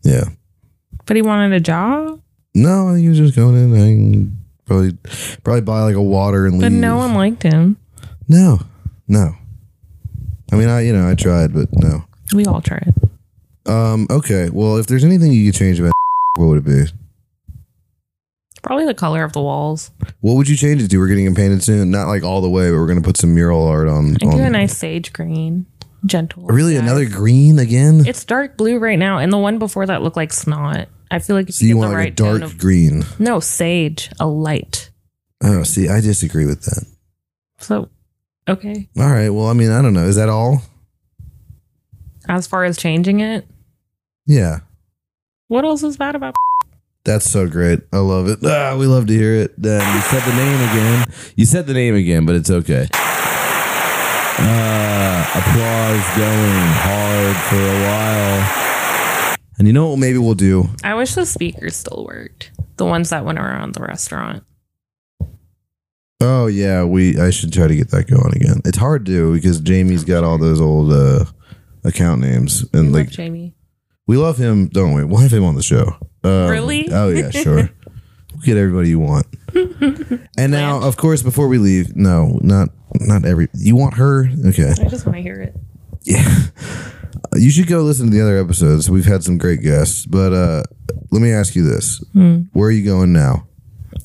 Speaker 1: Yeah.
Speaker 2: But he wanted a job?
Speaker 1: No, I think he was just going in and probably probably buy like a water and leave.
Speaker 2: But no one liked him.
Speaker 1: No, no. I mean, I you know I tried, but no.
Speaker 2: We all tried.
Speaker 1: Um. Okay. Well, if there's anything you could change about, what would it be?
Speaker 2: Probably the color of the walls.
Speaker 1: What would you change it to? We're getting him painted soon. Not like all the way, but we're gonna put some mural art on.
Speaker 2: I do a
Speaker 1: on
Speaker 2: nice sage green, gentle.
Speaker 1: Um, Oh, really
Speaker 2: sky.
Speaker 1: another green again.
Speaker 2: It's dark blue right now, and the one before that looked like snot. I feel like if
Speaker 1: so
Speaker 2: you,
Speaker 1: you
Speaker 2: get
Speaker 1: want
Speaker 2: the
Speaker 1: like
Speaker 2: right
Speaker 1: a dark
Speaker 2: tone of
Speaker 1: green?
Speaker 2: no sage, a light.
Speaker 1: Oh, see, I disagree with that.
Speaker 2: So, okay.
Speaker 1: All right. Well, I mean, I don't know. Is that all?
Speaker 2: As far as changing it,
Speaker 1: Yeah.
Speaker 2: what else is bad about?
Speaker 1: That's so great. I love it. Ah, we love to hear it. Then
Speaker 3: You said the name again. You said the name again, but it's okay. Uh, applause going hard for a while. And you know what?
Speaker 1: maybe we'll do.
Speaker 2: I wish the speakers still worked. The ones that went around the restaurant.
Speaker 1: Oh yeah, we. I should try to get that going again. It's hard to because Jamie's got all those old uh, account names
Speaker 2: I
Speaker 1: and
Speaker 2: love
Speaker 1: like
Speaker 2: Jamie.
Speaker 1: we love him, don't we? We'll have him on the show. Um,
Speaker 2: Really?
Speaker 1: Oh yeah, sure. we'll get everybody you want. and now, of course, before we leave, no, not not every. You want her? Okay.
Speaker 2: I just want to hear it.
Speaker 1: You should go listen to the other episodes. We've had some great guests, but uh let me ask you this:
Speaker 2: Hmm.
Speaker 1: Where are you going now?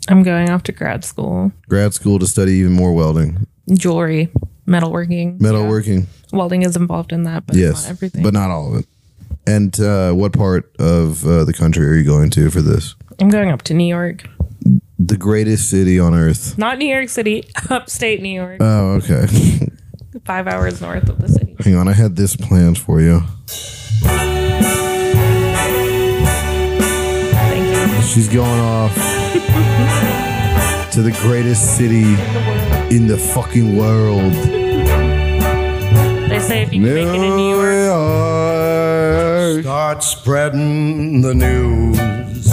Speaker 2: I'm going off to grad school.
Speaker 1: Grad school to study even more welding,
Speaker 2: Jewelry, metalworking.
Speaker 1: metalworking.
Speaker 2: Yeah. Welding is involved in that, but
Speaker 1: Yes,
Speaker 2: not everything.
Speaker 1: but not all of it. And uh, what part of uh, the country are you going to for this?
Speaker 2: I'm going up to New York.
Speaker 1: The greatest city on earth.
Speaker 2: Not New York City, upstate New York.
Speaker 1: Oh, okay.
Speaker 2: five hours north of the city.
Speaker 1: Hang on, I had this planned for you.
Speaker 2: Thank you.
Speaker 1: She's going off to the greatest city in the fucking world.
Speaker 2: They say if you can make it in New York.
Speaker 1: York.
Speaker 4: Start spreading the news.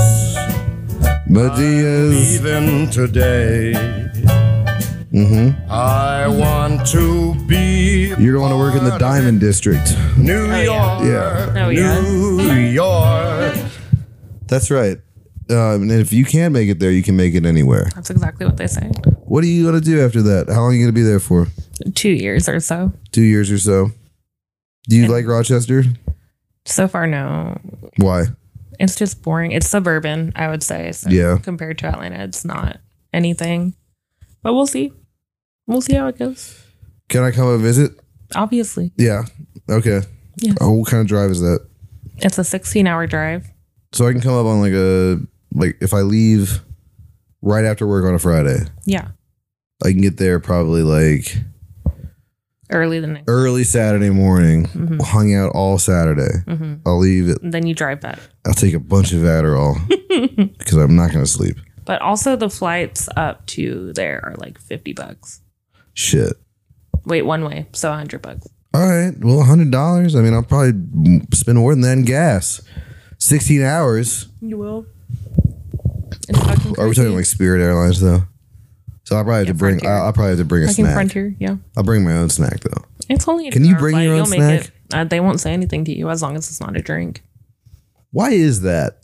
Speaker 1: Madia's
Speaker 4: Even today. I want to be.
Speaker 1: Mm-hmm. You're going to work in the
Speaker 4: part of
Speaker 1: Diamond District.
Speaker 4: New
Speaker 2: Oh,
Speaker 4: York.
Speaker 2: yeah.
Speaker 1: Yeah.
Speaker 2: Oh, yeah.
Speaker 4: New York.
Speaker 1: That's right. Um, and if you can make it there, you can make it anywhere.
Speaker 2: That's exactly what they say.
Speaker 1: What are you going to do after that? How long are you going to be there for?
Speaker 2: Two years or so.
Speaker 1: two years or so. Do you like Rochester?
Speaker 2: So far, no.
Speaker 1: Why?
Speaker 2: It's just boring. It's suburban, I would say. So
Speaker 1: Yeah.
Speaker 2: Compared to Atlanta, it's not anything. But we'll see. We'll see how it goes.
Speaker 1: Can I come and visit?
Speaker 2: Obviously,
Speaker 1: Yeah. Okay.
Speaker 2: Yes.
Speaker 1: Oh, what kind of drive is that?
Speaker 2: it's a 16 hour drive.
Speaker 1: So I can come up on like a like if I leave right after work on a Friday,
Speaker 2: Yeah.
Speaker 1: I can get there probably like
Speaker 2: Early the next.
Speaker 1: early Saturday morning.
Speaker 2: Mhm.
Speaker 1: Hung out all Saturday.
Speaker 2: Mhm.
Speaker 1: I'll leave it.
Speaker 2: And Then you drive back.
Speaker 1: I'll take a bunch of Adderall because I'm not gonna sleep.
Speaker 2: But also, the flights up to there are like 50 bucks.
Speaker 1: Shit.
Speaker 2: Wait, one way. So 100 bucks.
Speaker 1: All right. Well, hundred dollars. I mean, I'll probably spend more than that in gas. Sixteen hours.
Speaker 2: You will. It's fucking
Speaker 1: Are we
Speaker 2: crazy.
Speaker 1: talking like Spirit Airlines though? So I probably have
Speaker 2: Yeah,
Speaker 1: to bring.
Speaker 2: Frontier.
Speaker 1: I, I probably have to bring a
Speaker 2: Like in
Speaker 1: snack.
Speaker 2: Frontier, yeah.
Speaker 1: I'll bring my own snack though.
Speaker 2: It's only. a
Speaker 1: Can you
Speaker 2: two-hour
Speaker 1: bring your own
Speaker 2: flight. You'll make it. Uh, they won't say anything to you as long as it's not a drink.
Speaker 1: Why is that?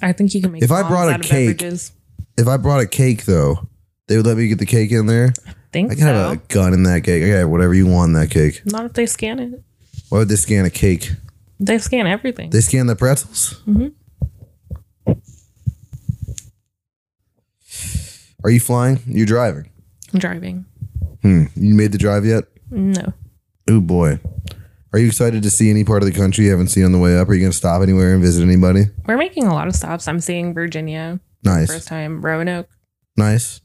Speaker 2: I think you can make.
Speaker 1: If I
Speaker 2: bombs
Speaker 1: brought a
Speaker 2: out of
Speaker 1: cake-
Speaker 2: beverages.
Speaker 1: If I brought a cake though, they would let me get the cake in there.
Speaker 2: think
Speaker 1: I
Speaker 2: I
Speaker 1: can have a gun in that cake. I can have whatever you want in that cake.
Speaker 2: Not if they scan it.
Speaker 1: Why would they scan a cake?
Speaker 2: They scan everything.
Speaker 1: They scan the pretzels.
Speaker 2: Mhm.
Speaker 1: Are you flying? You're driving.
Speaker 2: I'm driving.
Speaker 1: Hmm. You made the drive yet?
Speaker 2: No,
Speaker 1: Oh boy. Are you excited to see any part of the country you haven't seen on the way up? Are you going to stop anywhere and visit anybody?
Speaker 2: we're making a lot of stops. I'm seeing Virginia
Speaker 1: Nice.
Speaker 2: first time, Roanoke,
Speaker 1: Nice.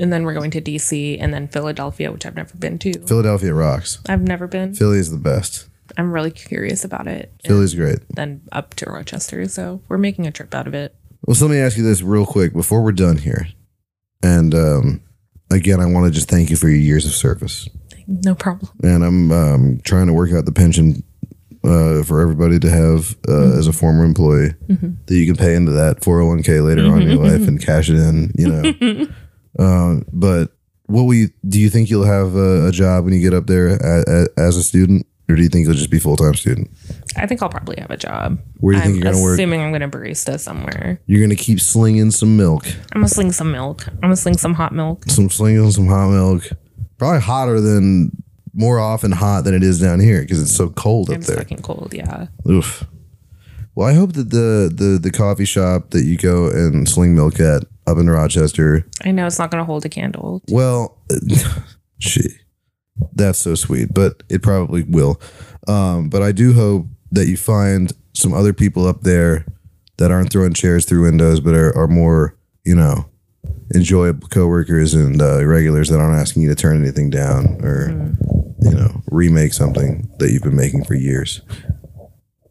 Speaker 2: and then we're going to D.C. and then Philadelphia, which I've never been to.
Speaker 1: Philadelphia rocks.
Speaker 2: I've never been.
Speaker 1: Philly is the best.
Speaker 2: I'm really curious about it. And
Speaker 1: Philly's great.
Speaker 2: then up to Rochester, so we're making a trip out of it.
Speaker 1: Well, so let me ask you this real quick before we're done here. And um, again, I want to just thank you for your years of service.
Speaker 2: No problem.
Speaker 1: And I'm um, trying to work out the pension uh, for everybody to have uh, as a former employee that you can pay into that 401k later on in your life and cash it in, you know. Um, but what will you do? You think you'll have a, a job when you get up there a, a, as a student, or do you think you'll just be full time student?
Speaker 2: I think I'll probably have a job.
Speaker 1: Where do you
Speaker 2: I'm
Speaker 1: think you're gonna work?
Speaker 2: assuming I'm going to barista somewhere.
Speaker 1: You're gonna keep slinging some milk,
Speaker 2: I'm gonna sling some milk. I'm gonna sling some hot milk.
Speaker 1: some slinging some hot milk, probably hotter than more often hot than it is down here because it's so cold up
Speaker 2: It's
Speaker 1: there.
Speaker 2: fucking cold, yeah.
Speaker 1: Oof. Well, I hope that the the the coffee shop that you go and sling milk at up in Rochester.
Speaker 2: I know it's not gonna hold a candle.
Speaker 1: Well, she. That's so sweet, but it probably will. Um, but I do hope that you find some other people up there that aren't throwing chairs through windows, but are, are more, you know, enjoyable coworkers and uh, regulars that aren't asking you to turn anything down or, you know, remake something that you've been making for years.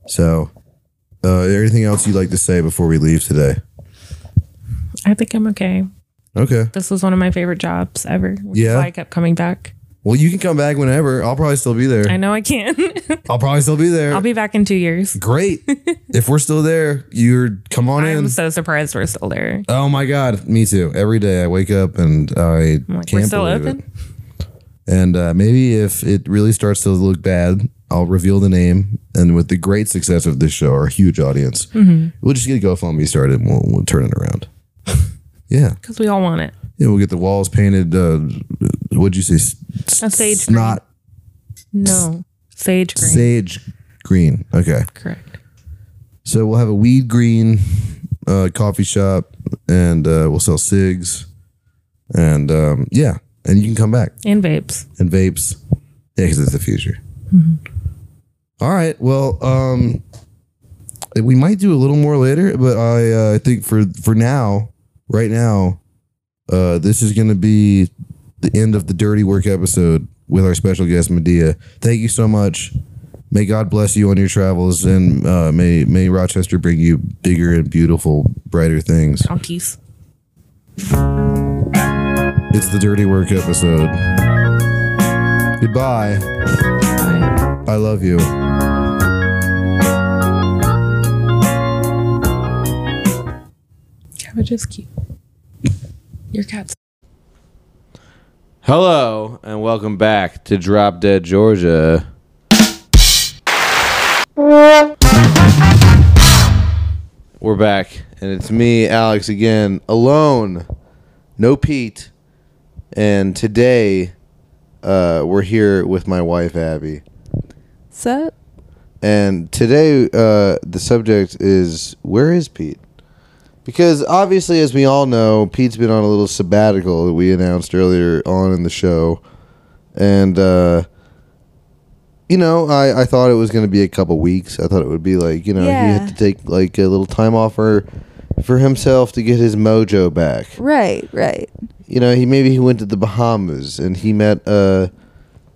Speaker 1: So, uh, anything else you'd like to say before we leave today?
Speaker 2: I think I'm okay.
Speaker 5: Okay.
Speaker 2: This was one of my favorite jobs ever. Which
Speaker 5: Yeah?
Speaker 2: Is why I kept coming back.
Speaker 5: Well, you can come back whenever. I'll probably still be there.
Speaker 2: I know I can.
Speaker 5: I'll probably still be there.
Speaker 2: I'll be back in two years.
Speaker 5: Great. if we're still there, you're come on in.
Speaker 2: I'm so surprised we're still there.
Speaker 5: oh my god, me too. Every day I wake up and I
Speaker 2: I'm like,
Speaker 5: can't
Speaker 2: we're still
Speaker 5: believe
Speaker 2: open.
Speaker 5: it. And uh, maybe if it really starts to look bad, I'll reveal the name. And with the great success of this show, our huge audience,
Speaker 2: Mm-hmm.
Speaker 5: we'll just get a GoFundMe started and we'll, we'll turn it around. yeah.
Speaker 2: Because we all want it.
Speaker 5: Yeah, we'll get the walls painted. Uh, what'd you say? S-
Speaker 2: A sage green.
Speaker 5: Snot
Speaker 2: No. Sage green.
Speaker 5: sage green. Okay.
Speaker 2: Correct.
Speaker 5: So we'll have a weed green uh, coffee shop and uh, we'll sell cigs. And um, yeah, and you can come back
Speaker 2: And vapes.
Speaker 5: and vapes. Yeah, because it's the future. All right. Well, um, we might do a little more later, but I uh, I think for for now, right now, uh, this is going to be the end of the dirty work episode with our special guest Medea. Thank you so much. May God bless you on your travels, and uh, may may Rochester bring you bigger and beautiful, brighter things.
Speaker 2: Donkeys.
Speaker 5: It's the dirty work episode. Goodbye. I love you.
Speaker 2: Cabbage is cute. Your cat's
Speaker 1: Hello, and welcome back to Drop Dead Georgia. We're back, and it's me, Alex, again, alone. No Pete. And today, uh, we're here with my wife, Abby.
Speaker 2: up.
Speaker 1: And today, uh, the subject is where is Pete? Because obviously, as we all know, Pete's been on a little sabbatical that we announced earlier on in the show. And, uh, you know, I, I thought it was going to be a couple weeks. I thought it would be like, you know, he
Speaker 6: Yeah.
Speaker 1: had to take like a little time off for, for himself to get his mojo back.
Speaker 6: Right, right.
Speaker 1: You know, he maybe he went to the Bahamas and he met, uh,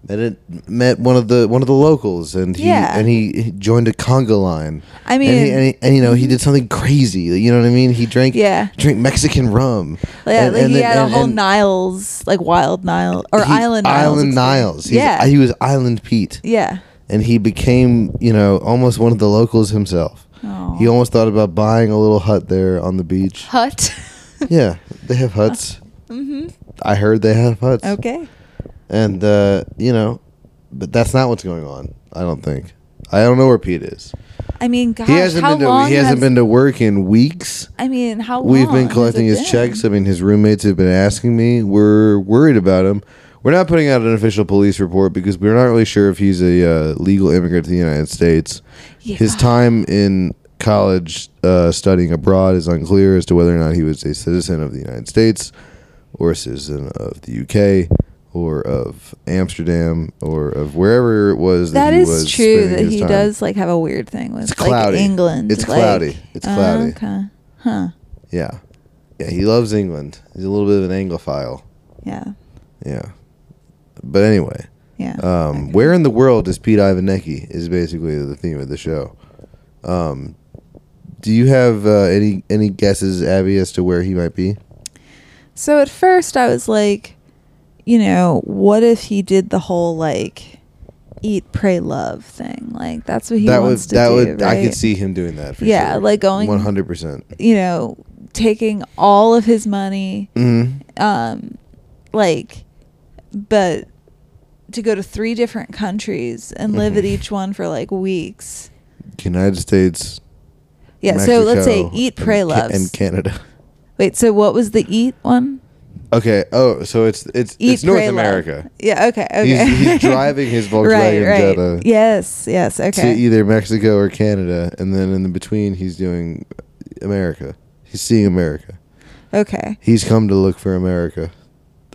Speaker 1: met, a, met one of the one of the locals and he
Speaker 6: Yeah.
Speaker 1: and he he joined a conga line
Speaker 6: I mean, mm-hmm.
Speaker 1: and, he, and, he, and you know he did something crazy. You know what I mean? He drank
Speaker 6: Yeah.
Speaker 1: drank Mexican rum.
Speaker 6: yeah,
Speaker 1: and,
Speaker 6: like
Speaker 1: and
Speaker 6: he
Speaker 1: then-
Speaker 6: had
Speaker 1: and-
Speaker 6: a whole
Speaker 1: and
Speaker 6: Niles, like wild Nile or
Speaker 1: he-
Speaker 6: Island Niles.
Speaker 1: Island
Speaker 6: experience.
Speaker 1: Niles. He's-
Speaker 6: Yeah.
Speaker 1: he was Island Pete,
Speaker 6: yeah.
Speaker 1: and he became you know almost one of the locals himself.
Speaker 6: Aw.
Speaker 1: He almost thought about buying a little hut there on the beach.
Speaker 6: Hut.
Speaker 1: yeah, they have huts. I heard they have huts,
Speaker 6: Uh, mm-hmm. okay.
Speaker 1: and uh, you know, but that's not what's going on. I don't think. I don't know where Pete is.
Speaker 6: I mean, gosh,
Speaker 1: He hasn't
Speaker 6: how
Speaker 1: been to,
Speaker 6: long
Speaker 1: he hasn't
Speaker 6: has-
Speaker 1: been to work in weeks.
Speaker 6: I mean, how
Speaker 1: We've
Speaker 6: long
Speaker 1: been
Speaker 6: has
Speaker 1: collecting
Speaker 6: it
Speaker 1: his
Speaker 6: been?
Speaker 1: checks. I mean, his roommates have been asking me. We're worried about him. We're not putting out an official police report because we're not really sure if he's a uh, legal immigrant to the United States. His time in college uh, studying abroad is unclear as to whether or not he was a citizen of the United States or a citizen of the UK or of Amsterdam or of wherever it was that,
Speaker 6: That
Speaker 1: he
Speaker 6: is
Speaker 1: was
Speaker 6: true
Speaker 1: spending
Speaker 6: that
Speaker 1: his
Speaker 6: he
Speaker 1: time.
Speaker 6: does like have a weird thing with
Speaker 1: It's cloudy.
Speaker 6: like England.
Speaker 1: It's
Speaker 6: like-
Speaker 1: cloudy. It's cloudy.
Speaker 6: Okay. Huh.
Speaker 1: Yeah. Yeah, he loves England. He's a little bit of an Anglophile.
Speaker 6: Yeah.
Speaker 1: Yeah. But anyway,
Speaker 6: Yeah.
Speaker 1: um, where in the world is Pete Ivanecki is basically the theme of the show. Um, do you have uh, any any guesses, Abby, as to where he might be?
Speaker 6: So at first I was like, you know, what if he did the whole like eat, pray, love thing? Like that's what he
Speaker 1: that would
Speaker 6: wants to
Speaker 1: that
Speaker 6: do.
Speaker 1: would I
Speaker 6: right?
Speaker 1: could see him doing that. For
Speaker 6: Yeah,
Speaker 1: sure.
Speaker 6: like going-
Speaker 1: one hundred percent.
Speaker 6: You know, taking all of his money,
Speaker 1: Mm-hmm.
Speaker 6: um, like, but to go to three different countries and live at
Speaker 1: Mm-hmm.
Speaker 6: each one for like weeks.
Speaker 1: United States.
Speaker 6: Yeah.
Speaker 1: Mexico,
Speaker 6: so let's say eat, pray,
Speaker 1: and, Ca-
Speaker 6: love.
Speaker 1: and Canada.
Speaker 6: Wait. So what was the eat one?
Speaker 1: Okay. Oh, so it's it's
Speaker 6: Eat,
Speaker 1: it's North
Speaker 6: pray, love.
Speaker 1: America.
Speaker 6: Yeah. Okay. Okay.
Speaker 1: He's, he's driving his
Speaker 6: right.
Speaker 1: Volkswagen
Speaker 6: Right.
Speaker 1: Jetta.
Speaker 6: Yes. Yes. Okay.
Speaker 1: to either Mexico or Canada, and then in the between, he's doing America. He's seeing America.
Speaker 6: Okay.
Speaker 1: He's come to look for America,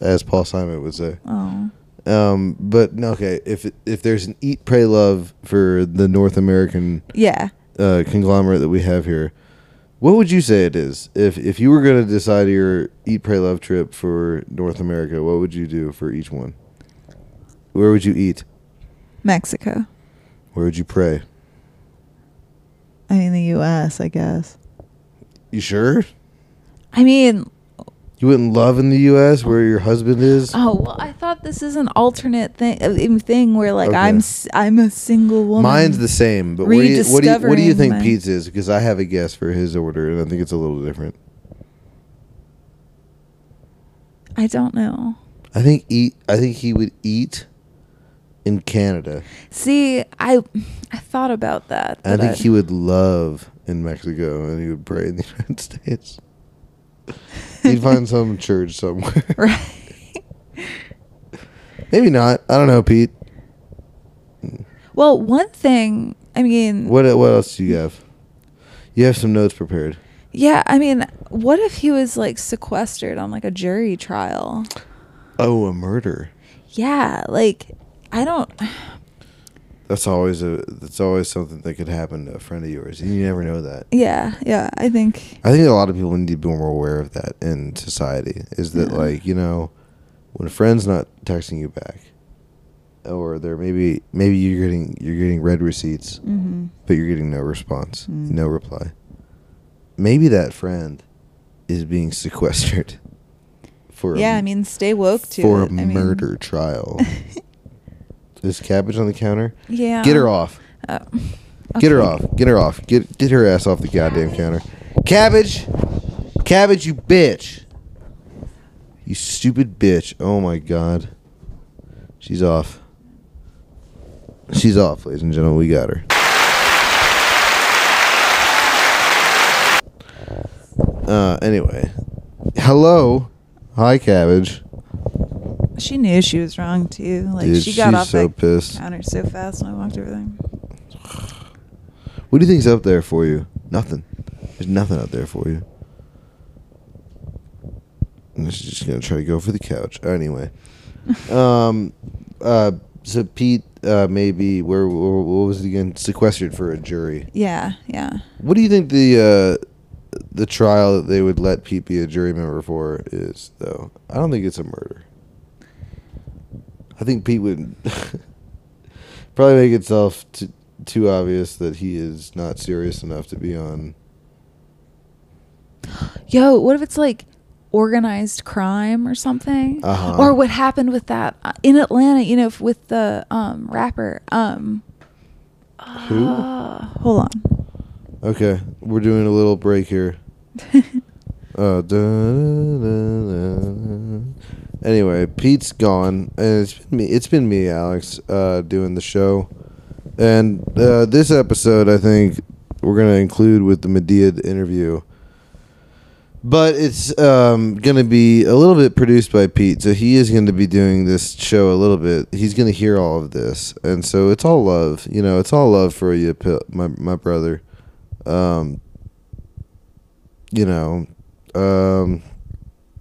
Speaker 1: as Paul Simon would say.
Speaker 6: Oh.
Speaker 1: Um, but no, okay, if if there's an eat, pray, love for the North American
Speaker 6: Yeah.
Speaker 1: uh, conglomerate that we have here, what would you say it is? If if you were going to decide your eat, pray, love trip for North America, what would you do for each one? Where would you eat?
Speaker 6: Mexico.
Speaker 1: Where would you pray?
Speaker 6: I mean the US, I guess.
Speaker 1: You sure?
Speaker 6: I mean,
Speaker 1: You wouldn't love in the U.S. where your husband is.
Speaker 6: oh well, I thought this is an alternate thing uh, thing where like
Speaker 1: Okay.
Speaker 6: I'm s- I'm a single woman.
Speaker 1: Mine's the same, but what do, you, what, do you, what do you
Speaker 6: rediscovering
Speaker 1: think
Speaker 6: my-
Speaker 1: Pete's is? Because I have a guess for his order, and I think it's a little different.
Speaker 6: I don't know.
Speaker 1: I think eat. I think he would eat in Canada.
Speaker 6: See, I I thought about that.
Speaker 1: I
Speaker 6: but
Speaker 1: think he would love in Mexico, and he would pray in the United States. He'd find some church somewhere.
Speaker 6: right.
Speaker 1: Maybe not. I don't know, Pete.
Speaker 6: Well, one thing. I mean,
Speaker 1: What What else do you have? You have some notes prepared.
Speaker 6: yeah. I mean, what if he was like sequestered on like a jury trial?
Speaker 1: Oh, a murder.
Speaker 6: Yeah, like I don't.
Speaker 1: That's always a. That's always something that could happen to a friend of yours. and You never know that.
Speaker 6: Yeah, yeah. I think.
Speaker 1: I think a lot of people need to be more aware of that in society. Is that
Speaker 6: Yeah.
Speaker 1: like you know, when a friend's not texting you back, or they're maybe maybe you're getting you're getting red receipts,
Speaker 6: hmm
Speaker 1: but you're getting no response,
Speaker 6: Mm.
Speaker 1: no reply. Maybe that friend is being sequestered for a
Speaker 6: Yeah, I mean, stay woke to
Speaker 1: for
Speaker 6: it.
Speaker 1: a
Speaker 6: I mean- Oh,
Speaker 1: murder trial. Is cabbage on the counter?
Speaker 6: yeah.
Speaker 1: Get her off.
Speaker 6: Uh,
Speaker 1: Get her
Speaker 6: okay.
Speaker 1: off. Get her off. Get get her ass off the goddamn counter. Cabbage. Cabbage, you bitch. You stupid bitch. Oh my god. She's off. She's off, ladies and gentlemen. We got her. Uh anyway. Hello. Hi, Cabbage.
Speaker 6: She knew she was wrong too. Like
Speaker 1: Dude,
Speaker 6: she got
Speaker 1: she's
Speaker 6: off
Speaker 1: so
Speaker 6: that
Speaker 1: pissed.
Speaker 6: counter so fast when I walked over there.
Speaker 1: What do you think's up there for you? Nothing. There's nothing up there for you. And she's just gonna try to go for the couch. Anyway, um, uh, so Pete, uh, maybe where, where what was it again? Sequestered for a jury.
Speaker 6: Yeah, yeah.
Speaker 1: What do you think the uh, the trial that they would let Pete be a jury member for is though? I don't think it's a murder. I think Pete would probably make itself t- too obvious that he is not serious enough to be on.
Speaker 6: Yo, what if it's like organized crime or something?
Speaker 1: Uh-huh.
Speaker 6: Or what happened with that uh, in Atlanta? You know, f- with the um rapper. Um,
Speaker 1: Who?
Speaker 6: uh, hold on.
Speaker 1: Okay, we're doing a little break here. Uh, da, da, da, da. Anyway, Pete's gone, and it's been me. It's been me, Alex, uh, doing the show, and uh, this episode I think we're gonna include with the Medea interview, but it's um, gonna be a little bit produced by Pete, so he is going to be doing this show a little bit. He's gonna hear all of this, and so it's all love, you know. It's all love for you, Pi- my my brother. Um, you know, um,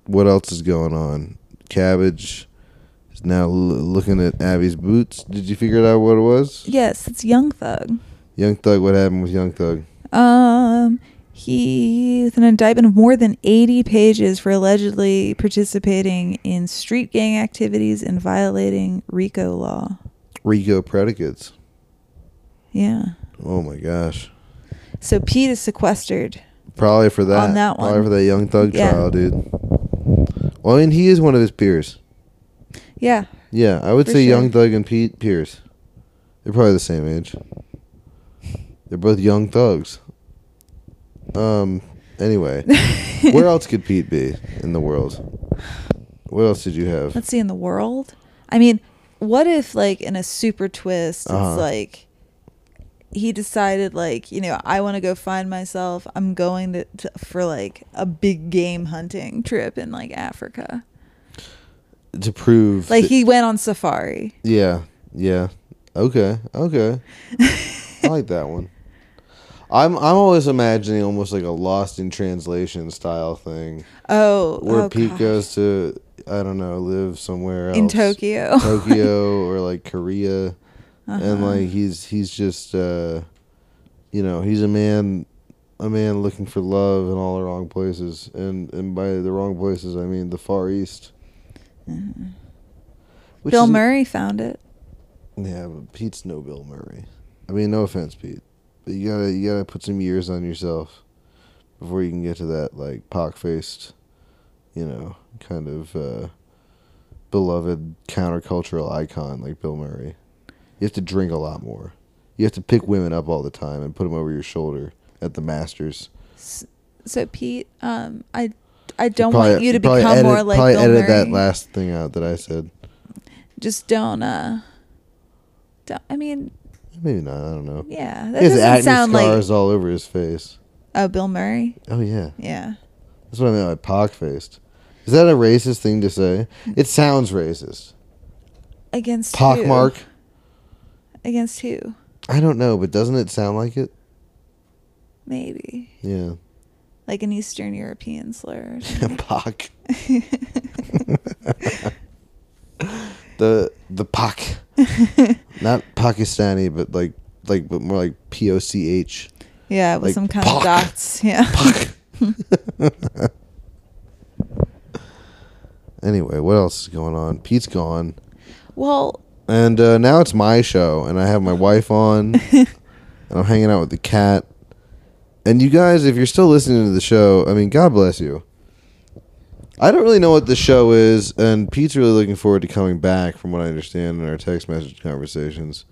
Speaker 1: what else is going on? Cabbage is now l- looking at Abby's boots. Did you figure it out what it was?
Speaker 6: Yes, it's Young Thug.
Speaker 1: Young Thug, what happened with Young Thug?
Speaker 6: Um, he with an indictment of more than 80 pages for allegedly participating in street gang activities and violating RICO law.
Speaker 1: Rico predicates.
Speaker 6: Yeah.
Speaker 1: Oh my gosh.
Speaker 6: So Pete is sequestered.
Speaker 1: Probably for that.
Speaker 6: On that
Speaker 1: Probably
Speaker 6: one.
Speaker 1: for that Young Thug
Speaker 6: Yeah.
Speaker 1: trial, dude. Well, I mean, he is one of his peers.
Speaker 6: Yeah.
Speaker 1: Yeah, I would
Speaker 6: For
Speaker 1: say
Speaker 6: sure.
Speaker 1: Young Thug and Pete Pierce. They're probably the same age. They're both young thugs. Um. Anyway, where else could Pete be in the world? What else did you have?
Speaker 6: Let's see in the world. I mean, what if like in a super twist,
Speaker 1: Uh-huh.
Speaker 6: it's like he decided like, you know, I want to go find myself. I'm going to, to for like a big game hunting trip in like Africa.
Speaker 1: To prove.
Speaker 6: Like
Speaker 1: that-
Speaker 6: he went on safari.
Speaker 1: Yeah. Yeah. Okay. Okay. I like that one. I'm I'm always imagining almost like a lost in translation style thing
Speaker 6: Oh,
Speaker 1: where
Speaker 6: oh,
Speaker 1: Pete
Speaker 6: God.
Speaker 1: goes to I don't know live somewhere else
Speaker 6: in Tokyo.
Speaker 1: Tokyo or like Korea,
Speaker 6: Uh-huh.
Speaker 1: and like he's he's just uh, you know he's a man a man looking for love in all the wrong places, and and by the wrong places I mean the Far East. Which
Speaker 6: Uh-huh. Bill
Speaker 1: is-
Speaker 6: Murray found it.
Speaker 1: Yeah, but Pete's no Bill Murray. I mean, no offense, Pete, but you gotta you gotta put some years on yourself before you can get to that like pock faced, you know, kind of uh, beloved countercultural icon like Bill Murray. You have to drink a lot more. You have to pick women up all the time and put them over your shoulder at the Masters.
Speaker 6: So Pete, um, I I don't
Speaker 1: Probably-
Speaker 6: want you to
Speaker 1: probably
Speaker 6: become
Speaker 1: edit-
Speaker 6: more like
Speaker 1: probably
Speaker 6: Bill
Speaker 1: edit that
Speaker 6: Murray.
Speaker 1: last thing out that I said.
Speaker 6: Just don't. Uh, don't. I mean,
Speaker 1: Maybe not. I don't know.
Speaker 6: yeah, that
Speaker 1: He has
Speaker 6: doesn't
Speaker 1: acne
Speaker 6: sound like
Speaker 1: scars all over his face.
Speaker 6: oh Bill Murray.
Speaker 1: Oh yeah,
Speaker 6: Yeah,
Speaker 1: that's what I meant by pock faced. Is that a racist thing to say? It sounds racist.
Speaker 6: against who?
Speaker 1: Pock mark.
Speaker 6: Against who?
Speaker 1: I don't know, but doesn't it sound like it?
Speaker 6: Maybe
Speaker 1: Yeah,
Speaker 6: like an Eastern European slur.
Speaker 1: pock. the the pock, not Pakistani, but like like but more like P O C H.
Speaker 6: yeah, with
Speaker 1: Like,
Speaker 6: some kind
Speaker 1: "Pock."
Speaker 6: of dots. Yeah.
Speaker 1: Anyway, what else is going on? Pete's gone.
Speaker 6: Well,
Speaker 1: And uh, now it's my show, and I have my wife on, and I'm hanging out with the cat. And you guys, if you're still listening to the show, I mean, God bless you. I don't really know what the show is, and Pete's really looking forward to coming back, from what I understand in our text message conversations.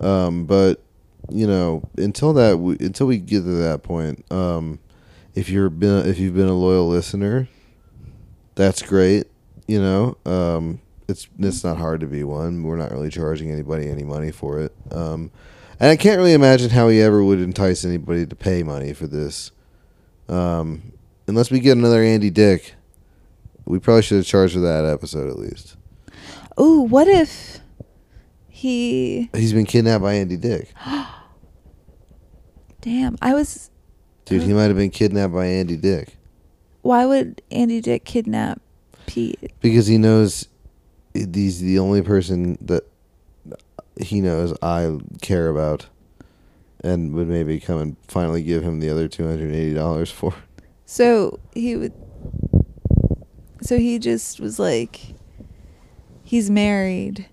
Speaker 1: Um, but you know, until that, we, until we get to that point, um, if you're been, if you've been a loyal listener, that's great. You know, um, it's it's not hard to be one. We're not really charging anybody any money for it, um, and I can't really imagine how he ever would entice anybody to pay money for this, um, unless we get another Andy Dick. We probably should have charged for that episode at least.
Speaker 6: oh, what if he?
Speaker 1: He's been kidnapped by Andy Dick,
Speaker 6: Damn, I was.
Speaker 1: dude. He might have been kidnapped by Andy Dick
Speaker 6: Why would Andy Dick kidnap Pete?
Speaker 1: because he knows he's the only person that he knows I care about, and would maybe come and finally give him the other two hundred eighty dollars for.
Speaker 6: So he would. So he just was like, he's married.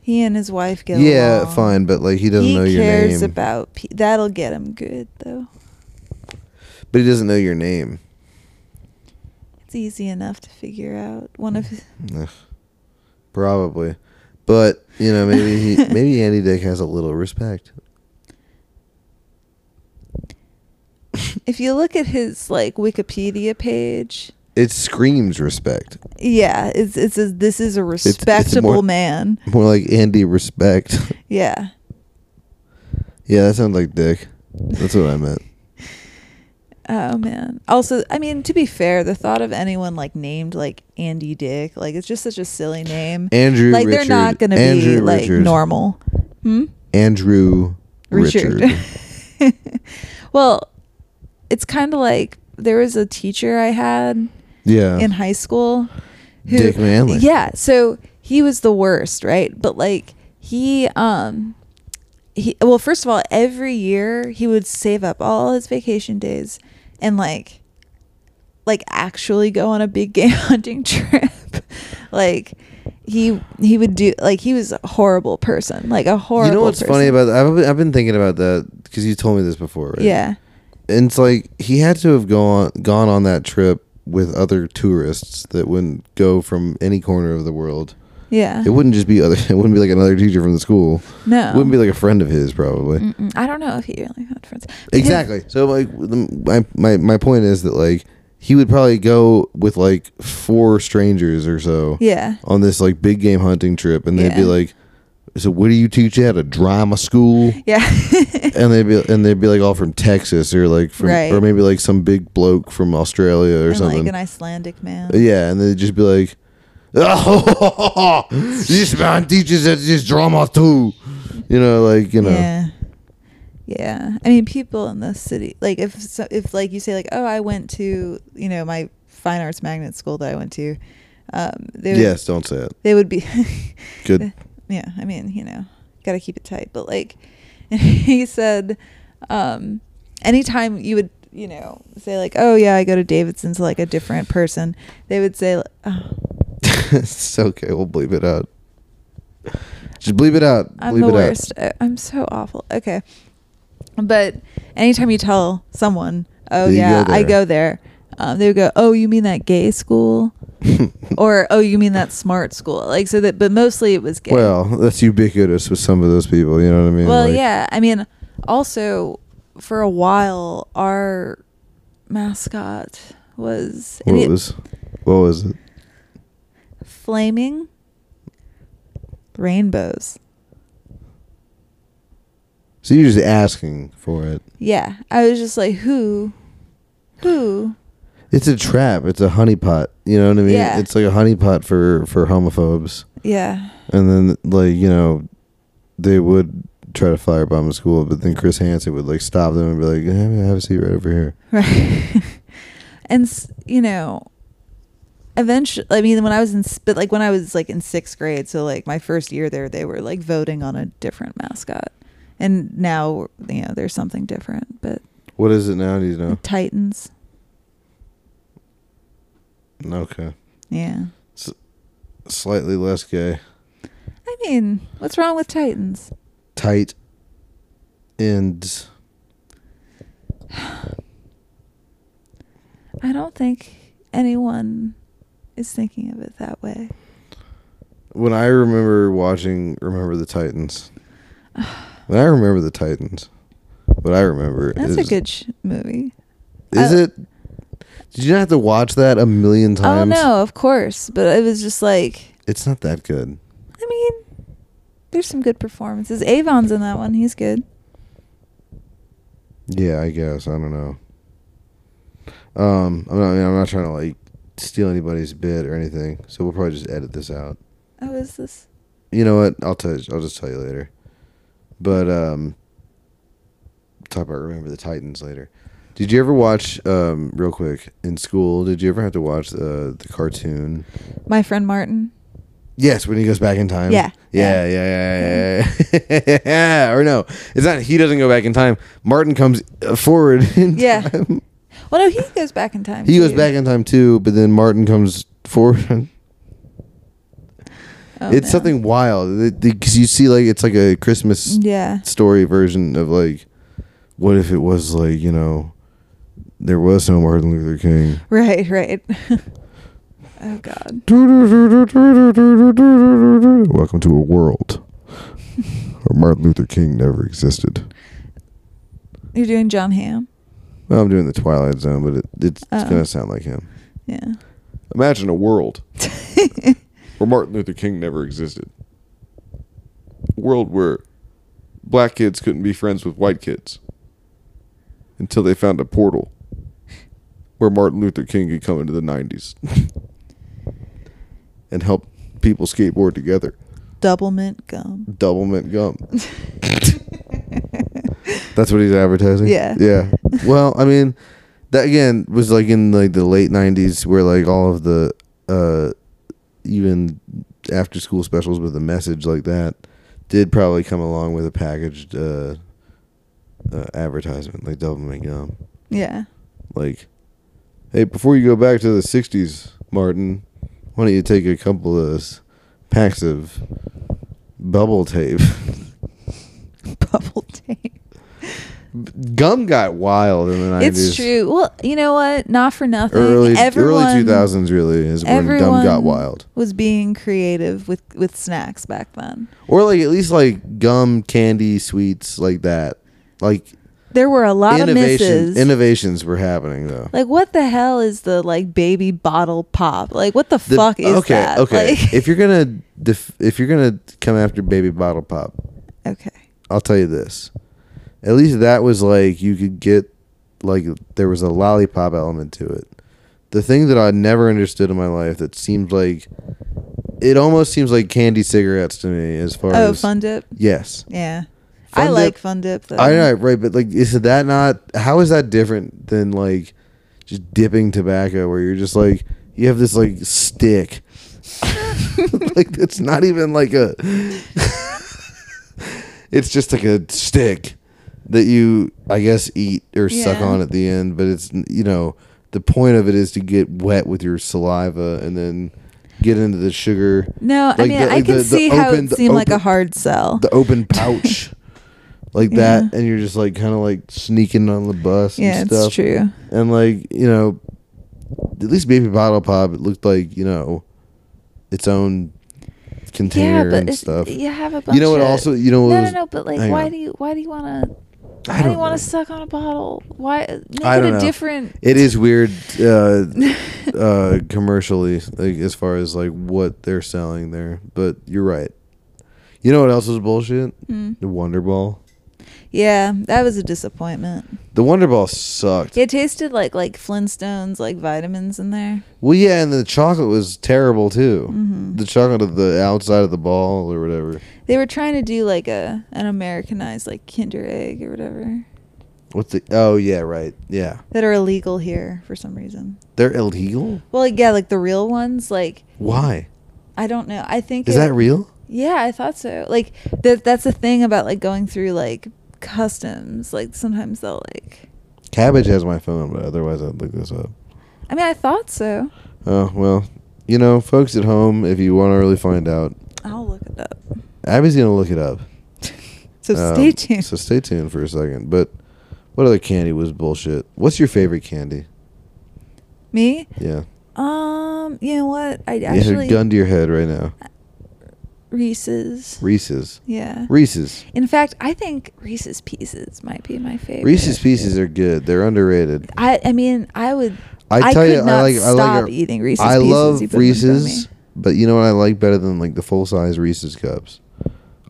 Speaker 6: He and his wife get
Speaker 1: yeah,
Speaker 6: along.
Speaker 1: fine, but like he doesn't
Speaker 6: he
Speaker 1: know your
Speaker 6: cares
Speaker 1: name.
Speaker 6: about Pete. That'll get him good though.
Speaker 1: but he doesn't know your name.
Speaker 6: It's easy enough to figure out. One of his,
Speaker 1: Ugh. Probably, but you know maybe he, maybe Andy Dick has a little respect.
Speaker 6: if you look at his like Wikipedia page,
Speaker 1: It screams respect.
Speaker 6: yeah, it's it's a, this is a
Speaker 1: it's more-
Speaker 6: respectable man.
Speaker 1: More like Andy respect.
Speaker 6: Yeah.
Speaker 1: yeah, that sounds like Dick. That's what I meant.
Speaker 6: Oh man. Also, I mean, to be fair, the thought of anyone like named like Andy Dick, like it's just such a silly name.
Speaker 1: Andrew
Speaker 6: like
Speaker 1: Richard.
Speaker 6: they're not going to
Speaker 1: Andrew
Speaker 6: be like
Speaker 1: Richard.
Speaker 6: normal. Hmm?
Speaker 1: Andrew Richard.
Speaker 6: Richard. well, it's kind of like there was a teacher I had
Speaker 1: yeah.
Speaker 6: in high school
Speaker 1: Dick Manley.
Speaker 6: Yeah, so he was the worst, right? But like he um he well, first of all, every year he would save up all his vacation days and like like actually go on a big game hunting trip. like he he would do like he was a horrible person, like a horrible
Speaker 1: you know what's
Speaker 6: person.
Speaker 1: funny about that? I've been, I've been thinking about that because you told me this before, right?
Speaker 6: Yeah.
Speaker 1: and it's like he had to have gone gone on that trip with other tourists that wouldn't go from any corner of the world.
Speaker 6: Yeah.
Speaker 1: It wouldn't just be other. It wouldn't be like another teacher from the school.
Speaker 6: no.
Speaker 1: It wouldn't be like a friend of his, probably.
Speaker 6: Mm-mm. I don't know if he really had friends. But his-
Speaker 1: Exactly. So like the- my my my point is that like he would probably go with like four strangers or so
Speaker 6: Yeah.
Speaker 1: on this like big game hunting trip, and they'd be
Speaker 6: Yeah.
Speaker 1: like, "So what do you teach at a drama school?"
Speaker 6: Yeah.
Speaker 1: and they'd be and they'd be like all from Texas or like from
Speaker 6: Right.
Speaker 1: or maybe like some big bloke from Australia or
Speaker 6: and
Speaker 1: something.
Speaker 6: like an Icelandic man.
Speaker 1: yeah, and they'd just be like, "Oh, this man teaches us this drama too," you know, like you know,
Speaker 6: Yeah. Yeah. I mean, people in the city, like if so, if like you say like, oh, I went to you know my fine arts magnet school that I went to, um, they would,
Speaker 1: yes, don't say it.
Speaker 6: they would be,
Speaker 1: Good.
Speaker 6: yeah. I mean, you know, gotta keep it tight. But like, he said, um, anytime you would you know say like, oh yeah, I go to Davidson's like a different person, they would say, like, oh,
Speaker 1: it's okay. We'll bleep it out. Just bleep it out.
Speaker 6: I'm
Speaker 1: bleep
Speaker 6: the
Speaker 1: it
Speaker 6: worst. I- I'm so awful. Okay. But anytime you tell someone, Oh
Speaker 1: You go
Speaker 6: yeah, I
Speaker 1: there.
Speaker 6: go there. Um, they would go, oh, you mean that gay school, or oh, you mean that smart school? Like so that, but mostly it was gay.
Speaker 1: Well, that's ubiquitous with some of those people. You know what I mean?
Speaker 6: Well,
Speaker 1: Like,
Speaker 6: yeah. I mean, also for a while, our mascot was,
Speaker 1: What
Speaker 6: and it-
Speaker 1: was? What was it?
Speaker 6: flaming rainbows.
Speaker 1: So you're just asking for it.
Speaker 6: Yeah, I was just like, who, who?
Speaker 1: It's a trap. It's a honeypot. You know what I mean?
Speaker 6: Yeah.
Speaker 1: It's like a honeypot for for homophobes.
Speaker 6: Yeah,
Speaker 1: And then like you know, they would try to firebomb a school, but then Chris Hansen would like stop them and be like, "Have- "Have a seat right over here."
Speaker 6: right. and s- you know, eventually, I mean, when I was in, s- but like when I was like in sixth grade, so like my first year there, they were like voting on a different mascot, and now you know there's something different, but
Speaker 1: What is it now? Do you know?
Speaker 6: Titans.
Speaker 1: Okay,
Speaker 6: Yeah.
Speaker 1: slightly less gay.
Speaker 6: I mean, what's wrong with Titans?
Speaker 1: Tight ends.
Speaker 6: I don't think anyone is thinking of it that way.
Speaker 1: When I remember watching Remember the Titans, when I remember the Titans, what I remember
Speaker 6: That's
Speaker 1: is
Speaker 6: a good sh- movie.
Speaker 1: Is
Speaker 6: I-
Speaker 1: it? Did you not have to watch that a million
Speaker 6: Oh
Speaker 1: times?
Speaker 6: no, of course, but it was just like,
Speaker 1: It's not that good.
Speaker 6: I mean, there's some good performances. Avon's in that one; he's good.
Speaker 1: Yeah, I guess I don't know. Um, I'm not. I mean, I'm not trying to like steal anybody's bit or anything. So we'll probably just edit this out.
Speaker 6: Oh, is this?
Speaker 1: You know what? I'll tell. I'll just tell you later. But um, talk about remember the Titans later. Did you ever watch um real quick in school? Did you ever have to watch uh, the cartoon?
Speaker 6: My friend Martin.
Speaker 1: Yes, when he goes back in time.
Speaker 6: Yeah. Mm-hmm.
Speaker 1: Yeah, yeah, yeah, yeah. yeah, yeah. or no, it's not. He doesn't go back in time. Martin comes uh, forward. In
Speaker 6: Yeah.
Speaker 1: time.
Speaker 6: Well, no, he goes back in time.
Speaker 1: He goes
Speaker 6: too.
Speaker 1: back in time too, but then Martin comes forward.
Speaker 6: Oh,
Speaker 1: it's
Speaker 6: no.
Speaker 1: something wild because you see, like, it's like a Christmas
Speaker 6: Yeah.
Speaker 1: story version of like, what if it was like you know, there was no Martin Luther King.
Speaker 6: Right. Right. oh God.
Speaker 1: Welcome to a world where Martin Luther King never existed.
Speaker 6: You're doing John Hamm.
Speaker 1: Well, I'm doing the Twilight Zone, but it, it's, it's
Speaker 6: Oh.
Speaker 1: going to sound like him.
Speaker 6: Yeah.
Speaker 1: Imagine a world where Martin Luther King never existed. A world where black kids couldn't be friends with white kids until they found a portal where Martin Luther King could come into the 90s and help people skateboard together.
Speaker 6: Double mint gum.
Speaker 1: Double mint gum. That's what he's advertising.
Speaker 6: Yeah.
Speaker 1: Yeah. Well, I mean, that again was like in like the late '90s, where like all of the uh, even after school specials with a message like that did probably come along with a packaged uh, uh, advertisement, like double mint gum.
Speaker 6: Yeah.
Speaker 1: Like, hey, before you go back to the '60s, Martin, why don't you take a couple of s- packs of bubble tape?
Speaker 6: Bubble tape.
Speaker 1: gum got wild in the '90s.
Speaker 6: It's true. Well, you know what? Not for nothing.
Speaker 1: early
Speaker 6: everyone
Speaker 1: early 2000s really is when gum got
Speaker 6: everyone
Speaker 1: wild
Speaker 6: was being creative with with snacks back then.
Speaker 1: or like at least like gum candy sweets like that like
Speaker 6: There were a lot of
Speaker 1: innovations
Speaker 6: misses.
Speaker 1: innovations were happening though
Speaker 6: like what the hell is the like baby bottle pop? Like what the,
Speaker 1: The-
Speaker 6: fuck is
Speaker 1: okay
Speaker 6: that?
Speaker 1: okay
Speaker 6: Like,
Speaker 1: if you're gonna def- if you're gonna come after baby bottle pop
Speaker 6: okay.
Speaker 1: i'll tell you this at least that was like you could get like there was a lollipop element to it the thing that i never understood in my life that seemed like it almost seems like candy cigarettes to me as far
Speaker 6: Oh,
Speaker 1: as
Speaker 6: fun dip.
Speaker 1: yes
Speaker 6: Yeah.
Speaker 1: Fun
Speaker 6: I
Speaker 1: Dip-
Speaker 6: like fun dip though.
Speaker 1: I know, right? But like, is that not? How is that different than like just dipping tobacco, where you're just like you have this like stick, like it's not even like a, it's just like a stick that you I guess eat or suck
Speaker 6: Yeah.
Speaker 1: on at the end. But it's you know the point of it is to get wet with your saliva and then get into the sugar.
Speaker 6: No, I
Speaker 1: Like
Speaker 6: mean
Speaker 1: the-
Speaker 6: I
Speaker 1: like
Speaker 6: can
Speaker 1: the- the
Speaker 6: see how
Speaker 1: open-
Speaker 6: it
Speaker 1: the
Speaker 6: seemed like a
Speaker 1: open-
Speaker 6: hard sell.
Speaker 1: the open pouch like that,
Speaker 6: Yeah.
Speaker 1: and you're just like kind of like sneaking on the bus.
Speaker 6: Yeah,
Speaker 1: and stuff.
Speaker 6: it's true.
Speaker 1: And like you know, at least Baby Bottle Pop, it looked like you know, its own
Speaker 6: Yeah,
Speaker 1: container
Speaker 6: but
Speaker 1: and
Speaker 6: it's-
Speaker 1: stuff.
Speaker 6: you have a bunch.
Speaker 1: You know what?
Speaker 6: of-
Speaker 1: Also, you know what?
Speaker 6: No, no,
Speaker 1: was-
Speaker 6: no. But like,
Speaker 1: hang
Speaker 6: why
Speaker 1: on.
Speaker 6: do you? Why do you want to?
Speaker 1: I
Speaker 6: Why do
Speaker 1: don't
Speaker 6: you want
Speaker 1: know.
Speaker 6: to suck on a bottle? Why make
Speaker 1: I
Speaker 6: it
Speaker 1: don't
Speaker 6: a
Speaker 1: know.
Speaker 6: different?
Speaker 1: It is weird, uh, uh, commercially, like as far as like what they're selling there. But you're right. You know what else is bullshit?
Speaker 6: Mm.
Speaker 1: The Wonder Ball.
Speaker 6: Yeah, that was a disappointment.
Speaker 1: The Wonder Ball sucked.
Speaker 6: It tasted like like Flintstones, like vitamins in there.
Speaker 1: well, yeah, and the chocolate was terrible too.
Speaker 6: Mm-hmm.
Speaker 1: The chocolate of the outside of the ball or whatever.
Speaker 6: They were trying to do like a an Americanized like Kinder Egg or whatever
Speaker 1: What's the? Oh yeah, right. Yeah,
Speaker 6: that are illegal here for some reason.
Speaker 1: they're illegal.
Speaker 6: Well, like, yeah, like the real ones. Like
Speaker 1: Why?
Speaker 6: I don't know. I think
Speaker 1: Is
Speaker 6: it-
Speaker 1: that real?
Speaker 6: Yeah, I thought so. Like that that's the thing about like going through like customs. Like sometimes they'll like
Speaker 1: Cabbage has my phone, but otherwise I'd look this up.
Speaker 6: I mean, I thought so.
Speaker 1: Oh well, you know, folks at home, if you want to really find out,
Speaker 6: I'll look it up.
Speaker 1: Abby's gonna look it up.
Speaker 6: So
Speaker 1: Um,
Speaker 6: stay tuned.
Speaker 1: So stay tuned for a second. But what other candy was bullshit? What's your favorite candy?
Speaker 6: Me?
Speaker 1: Yeah,
Speaker 6: Um, you know what? I
Speaker 1: you had a
Speaker 6: actually
Speaker 1: gun to your head right now.
Speaker 6: Reese's.
Speaker 1: Reese's.
Speaker 6: Yeah.
Speaker 1: Reese's.
Speaker 6: In fact, I think Reese's Pieces might be my favorite.
Speaker 1: Reese's Pieces are good. They're underrated.
Speaker 6: I I mean, I would
Speaker 1: I
Speaker 6: I
Speaker 1: tell
Speaker 6: could
Speaker 1: you, I
Speaker 6: not
Speaker 1: like. I like.
Speaker 6: stop
Speaker 1: our-
Speaker 6: eating Reese's
Speaker 1: I
Speaker 6: Pieces.
Speaker 1: love
Speaker 6: You put them in front of
Speaker 1: Reese's, but you know what I like better than like the full size Reese's cups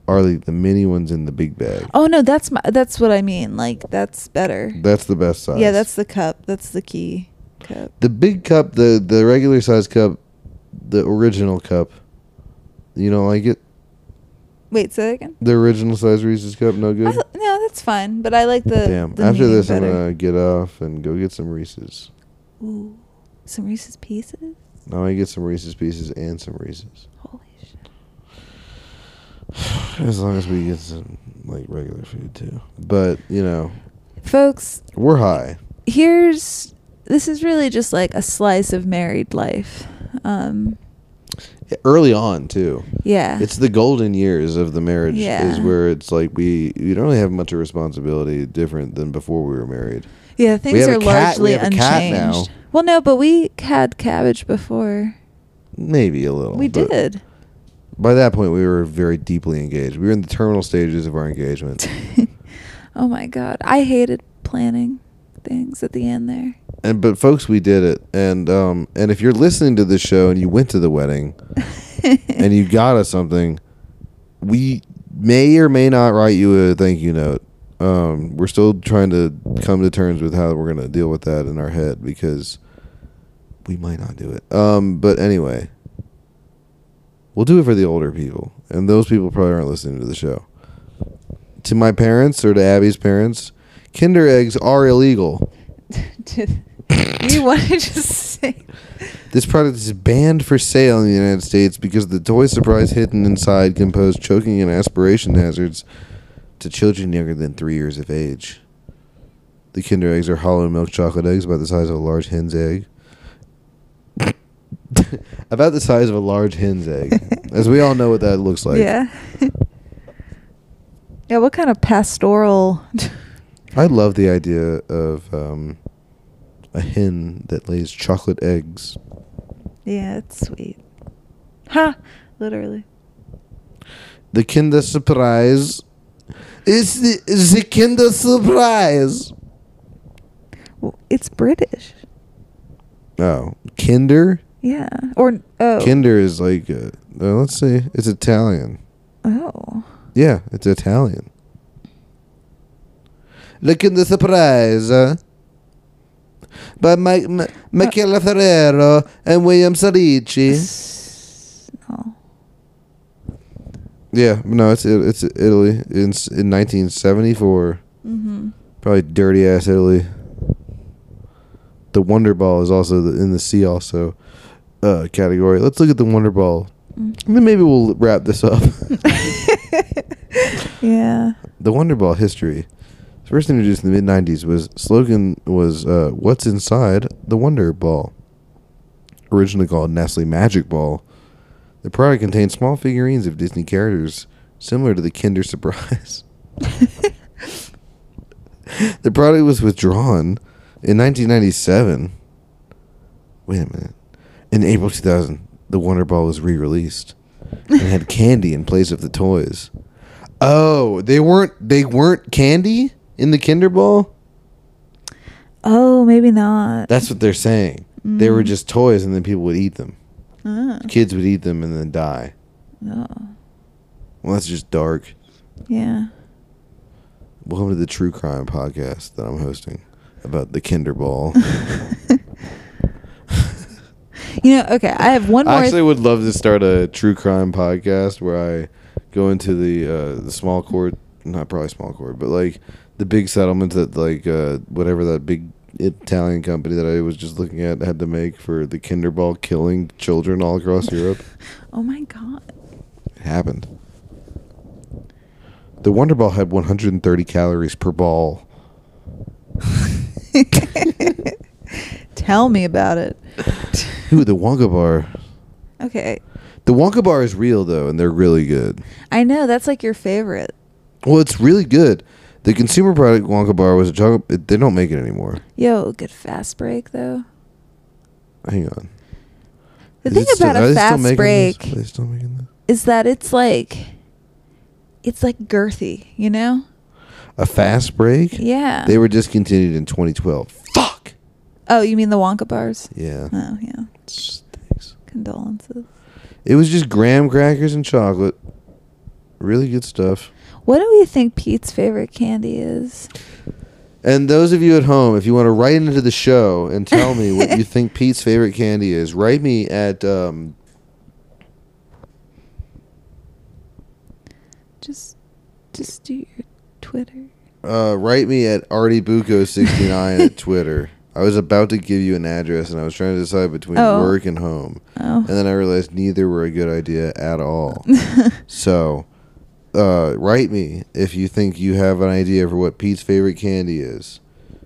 Speaker 1: are like the mini ones in the big bag.
Speaker 6: me. Oh no, that's my that's what I mean. Like that's better.
Speaker 1: That's the best size.
Speaker 6: Yeah, that's the cup. That's the key cup.
Speaker 1: the big cup. The the regular size cup, the original cup. You don't like it?
Speaker 6: Wait, say that again.
Speaker 1: The original size Reese's cup, no
Speaker 6: I
Speaker 1: good.
Speaker 6: th- no, that's fine. But I like the.
Speaker 1: Damn.
Speaker 6: the
Speaker 1: After
Speaker 6: medium
Speaker 1: this,
Speaker 6: better.
Speaker 1: I'm gonna get off and go get some Reese's.
Speaker 6: Ooh, some Reese's Pieces.
Speaker 1: I'm gonna get some Reese's pieces and some Reese's.
Speaker 6: Holy shit!
Speaker 1: As long as we get some like regular food too. But you know,
Speaker 6: Folks,
Speaker 1: we're high.
Speaker 6: here's this is really just like a slice of married life. Um,
Speaker 1: Early on too.
Speaker 6: yeah.
Speaker 1: It's the golden years of the marriage
Speaker 6: Yeah.
Speaker 1: is where it's like we we don't really have much of responsibility different than before we were married.
Speaker 6: yeah, things
Speaker 1: have a
Speaker 6: are
Speaker 1: cat- we
Speaker 6: largely
Speaker 1: have a
Speaker 6: unchanged.
Speaker 1: cat now.
Speaker 6: Well, no, but we had cabbage before.
Speaker 1: Maybe a little.
Speaker 6: we
Speaker 1: but
Speaker 6: did.
Speaker 1: By that point we were very deeply engaged. We were in the terminal stages of our engagement.
Speaker 6: oh my god, I hated planning things at the end there.
Speaker 1: and but folks we did it and um and if you're listening to this show and you went to the wedding and you got us something we may or may not write you a thank you note um we're still trying to come to terms with how we're going to deal with that in our head because we might not do it um but anyway we'll do it for the older people and those people probably aren't listening to the show to my parents or to abby's parents kinder eggs are illegal
Speaker 6: Did- you want to just say
Speaker 1: This product is banned for sale in the United States because the toy surprise hidden inside can pose choking and aspiration hazards to children younger than three years of age. The Kinder eggs are hollow milk chocolate eggs about the size of a large hen's egg. about the size of a large hen's egg. As we all know what that looks like.
Speaker 6: yeah. yeah, what kind of pastoral
Speaker 1: I love the idea of um, a hen that lays chocolate eggs.
Speaker 6: Yeah, it's sweet. Ha, literally.
Speaker 1: The Kinder Surprise. It's the, it's the Kinder Surprise.
Speaker 6: Well, it's British.
Speaker 1: Oh, Kinder.
Speaker 6: Yeah. Or oh.
Speaker 1: Kinder is like, uh, uh, let's see, it's Italian.
Speaker 6: oh.
Speaker 1: Yeah, it's Italian. Look in the surprise uh, by Mike M- Michele Ferrero and William Salici.
Speaker 6: S- No.
Speaker 1: Yeah, no, it's it, it's Italy in s- in 1974.
Speaker 6: Mhm.
Speaker 1: Probably dirty ass Italy. The Wonder Ball is also the, in the sea also uh, category. Let's look at the Wonder Ball. And then maybe we'll wrap this up.
Speaker 6: Mm-hmm. Yeah.
Speaker 1: the Wonder Ball history. First introduced in the mid '90s, was slogan was uh, "What's inside the Wonder Ball." Originally called Nestle Magic Ball, the product contains small figurines of Disney characters similar to the Kinder Surprise. The product was withdrawn in 1997. Wait a minute. In April 2000, the Wonder Ball was re-released and had candy in place of the toys. Oh, they weren't they weren't candy in the Kinder Ball?
Speaker 6: Oh, maybe not.
Speaker 1: That's what they're saying. They were just toys and then people would eat them.
Speaker 6: Ah,
Speaker 1: Kids would eat them and then die.
Speaker 6: oh,
Speaker 1: Well, that's just dark.
Speaker 6: yeah.
Speaker 1: Welcome to the True Crime podcast that I'm hosting about the Kinder Ball.
Speaker 6: You know, okay, I have one more.
Speaker 1: I actually would love to start a true crime podcast where I go into the uh, the small court, not probably small court, but like the big settlement that like uh, whatever that big Italian company that I was just looking at had to make for the Kinderball killing children all across Europe.
Speaker 6: oh my god.
Speaker 1: It happened. The Wonder Ball had 130 calories per ball.
Speaker 6: Tell me about it.
Speaker 1: Ooh, the Wonka Bar.
Speaker 6: Okay.
Speaker 1: The Wonka Bar is real though, and they're really good.
Speaker 6: I know that's like your favorite.
Speaker 1: Well, it's really good. The consumer product Wonka bar was a chocolate. They don't make it anymore.
Speaker 6: Yo, good fast break though.
Speaker 1: Hang on.
Speaker 6: The
Speaker 1: Is
Speaker 6: thing
Speaker 1: it still-
Speaker 6: about
Speaker 1: are they
Speaker 6: a
Speaker 1: still making
Speaker 6: fast
Speaker 1: this?
Speaker 6: break
Speaker 1: Are they still making this?
Speaker 6: is that it's like it's like girthy, you know?
Speaker 1: A fast break?
Speaker 6: Yeah.
Speaker 1: They were discontinued in 2012. Fuck.
Speaker 6: oh, you mean the Wonka bars?
Speaker 1: Yeah.
Speaker 6: Oh yeah.
Speaker 1: Stinks.
Speaker 6: Condolences.
Speaker 1: It was just graham crackers and chocolate. Really good stuff.
Speaker 6: What do we think Pete's favorite candy is?
Speaker 1: And those of you at home, if you want to write into the show and tell me what you think Pete's favorite candy is, write me at um,
Speaker 6: Just just do your Twitter.
Speaker 1: Uh, write me at artiebuco69 at Twitter. I was about to give you an address, and I was trying to decide between
Speaker 6: Oh.
Speaker 1: work and home,
Speaker 6: Oh.
Speaker 1: and then I realized neither were a good idea at all. so, uh, write me if you think you have an idea for what Pete's favorite candy is.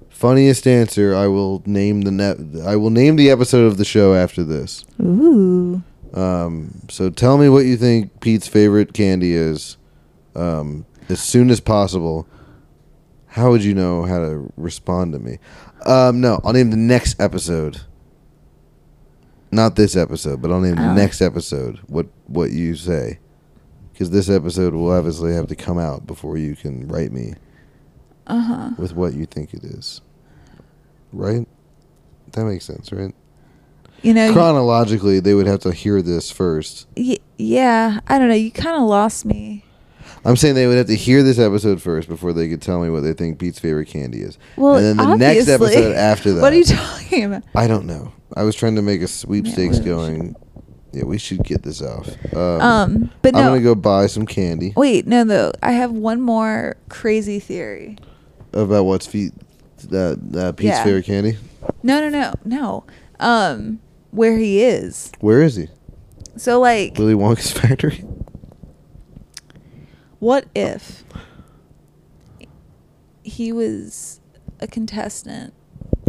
Speaker 1: Funniest answer, I will name the net. I will name the episode of the show after this.
Speaker 6: Ooh.
Speaker 1: Um, so tell me what you think Pete's favorite candy is, um, as soon as possible. How would you know how to respond to me? Um, no, I'll name the next episode. Not this episode, but I'll name the
Speaker 6: Oh.
Speaker 1: next episode what what you say, because this episode will obviously have to come out before you can write me
Speaker 6: Uh-huh.
Speaker 1: with what you think it is. Right? That makes sense, right?
Speaker 6: You know, you-
Speaker 1: Chronologically, they would have to hear this first.
Speaker 6: Y- yeah, I don't know. You kind of lost me.
Speaker 1: I'm saying they would have to hear this episode first before they could tell me what they think Pete's favorite candy is.
Speaker 6: Well,
Speaker 1: and then the next
Speaker 6: obviously.
Speaker 1: episode after that.
Speaker 6: What are you talking about?
Speaker 1: I don't know. I was trying to make a sweepstakes
Speaker 6: Yeah, we
Speaker 1: going. Yeah, we should get this off. Um,
Speaker 6: Um, but
Speaker 1: I'm
Speaker 6: no.
Speaker 1: gonna go buy some candy
Speaker 6: Wait, no, though. I have one more crazy theory.
Speaker 1: about what's feet, uh, uh, Pete's
Speaker 6: Yeah.
Speaker 1: favorite candy.
Speaker 6: No, no, no, no. Um, where he is.
Speaker 1: Where is he?
Speaker 6: So like,
Speaker 1: Willy Wonka's factory.
Speaker 6: what if he was a contestant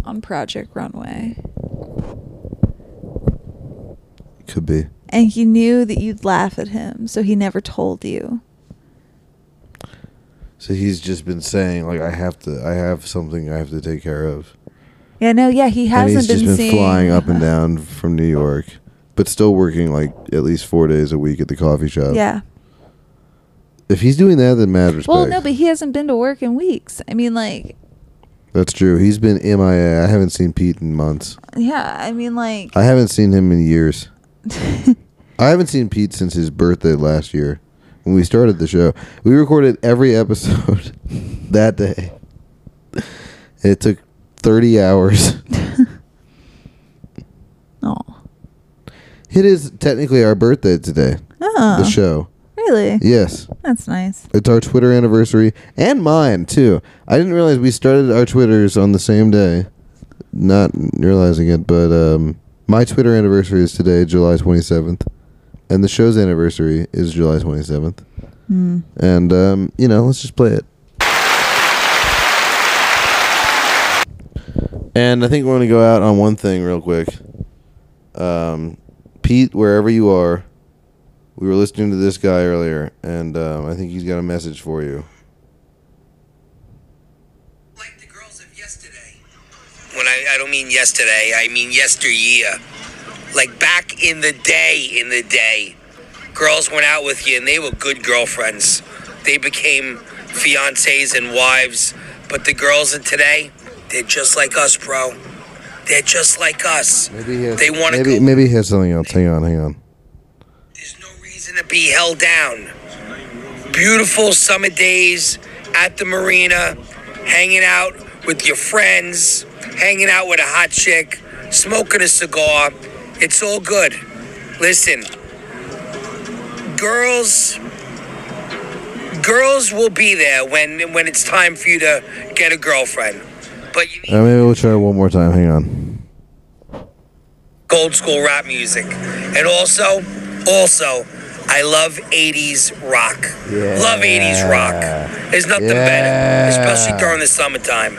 Speaker 6: on Project Runway
Speaker 1: Could be.
Speaker 6: and he knew that you'd laugh at him, so he never told you.
Speaker 1: So he's just been saying like I have to. I have something I have to take care of.
Speaker 6: Yeah, no, yeah, he
Speaker 1: and
Speaker 6: hasn't
Speaker 1: he's
Speaker 6: been,
Speaker 1: just been
Speaker 6: seeing-
Speaker 1: flying up and down from New York, but still working like at least four days a week at the coffee shop.
Speaker 6: Yeah.
Speaker 1: If he's doing that, then mad respect.
Speaker 6: Well, no, but he hasn't been to work in weeks. I mean, like,
Speaker 1: that's true. He's been MIA. I haven't seen Pete in months.
Speaker 6: yeah, I mean, like,
Speaker 1: I haven't seen him in years. I haven't seen Pete since his birthday last year when we started the show. We recorded every episode that day. It took 30 hours.
Speaker 6: oh,
Speaker 1: It is technically our birthday today, the
Speaker 6: oh,
Speaker 1: show.
Speaker 6: really?
Speaker 1: Yes.
Speaker 6: That's nice.
Speaker 1: It's our Twitter anniversary and mine too. I didn't realize we started our Twitters on the same day, not realizing it. But um, my Twitter anniversary is today, July twenty seventh, and the show's anniversary is July twenty seventh. And um, you know, let's just play it. And I think we're gonna go out on one thing real quick. Um, Pete, wherever you are, we were listening to this guy earlier, and um, I think he's got a message for you.
Speaker 7: like of yesterday. When I, I don't mean yesterday, I mean yesteryear. Like back in the day, in the day, girls went out with you and they were good girlfriends. They became fiancées and wives. But the girls of today, they're just like us, bro. They're just like us.
Speaker 1: Maybe he has,
Speaker 7: they want to
Speaker 1: maybe,
Speaker 7: go.
Speaker 1: maybe he has something else. Hang on, hang on.
Speaker 7: There's no reason to be held down. Beautiful summer days at the marina, hanging out with your friends, hanging out with a hot chick, smoking a cigar. It's all good. Listen, girls girls will be there when when it's time for you to get a girlfriend. But you need
Speaker 1: Uh, maybe we'll try one more time. Hang on.
Speaker 7: old school rap music. And also, also, I love 80s rock. Love 80s rock. There's nothing
Speaker 1: Yeah.
Speaker 7: better, especially during the summertime.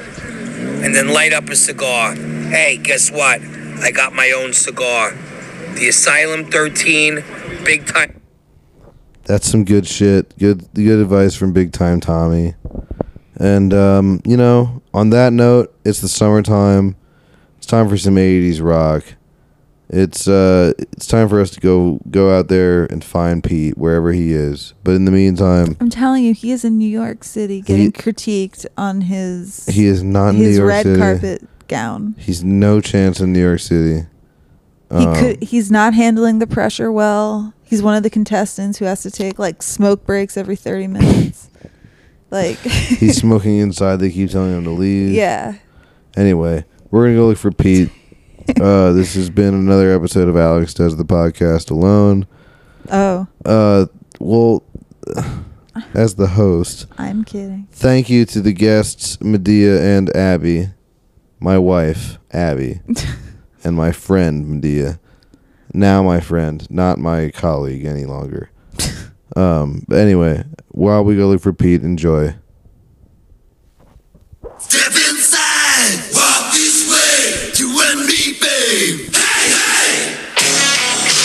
Speaker 7: And then light up a cigar. Hey, guess what? I got my own cigar. The Asylum 13, big time.
Speaker 1: That's some good shit. Good, good advice from Big Time Tommy. And um, you know, on that note, it's the summertime. It's time for some '80s rock. It's uh, it's time for us to go go out there and find Pete wherever he is. But in the meantime,
Speaker 6: I'm telling you, he is in New York City getting critiqued on his
Speaker 1: he is not in
Speaker 6: his
Speaker 1: New York
Speaker 6: red
Speaker 1: City.
Speaker 6: carpet gown.
Speaker 1: He's no chance in New York City.
Speaker 6: He
Speaker 1: Um,
Speaker 6: could. He's not handling the pressure well. He's one of the contestants who has to take like smoke breaks every 30 minutes. like,
Speaker 1: He's smoking inside. They keep telling him to leave.
Speaker 6: yeah.
Speaker 1: Anyway, we're gonna go look for Pete. uh, this has been another episode of Alex Does the Podcast Alone.
Speaker 6: Oh,
Speaker 1: Uh, well, as the host,
Speaker 6: I'm kidding.
Speaker 1: thank you to the guests Medea and Abby, my wife Abby, and my friend Medea. Now my friend, not my colleague any longer. um, but anyway, while we go look for Pete, enjoy.
Speaker 8: Step inside, walk this way, you and me, babe. Hey, hey!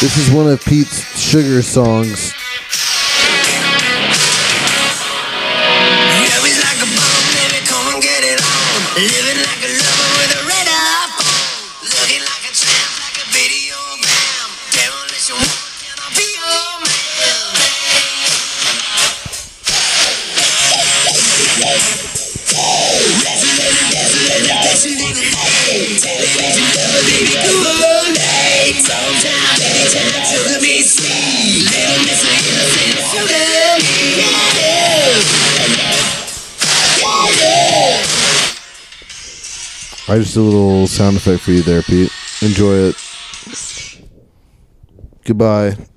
Speaker 1: This is one of Pete's sugar songs.
Speaker 8: Love is like a bomb, baby, come and get it on. Living like a lover with a red eye phone. Looking like a tramp, like a video man. Demolition woman, can I be your man?
Speaker 1: I just did a little sound effect for you there, Pete. Enjoy it. Goodbye.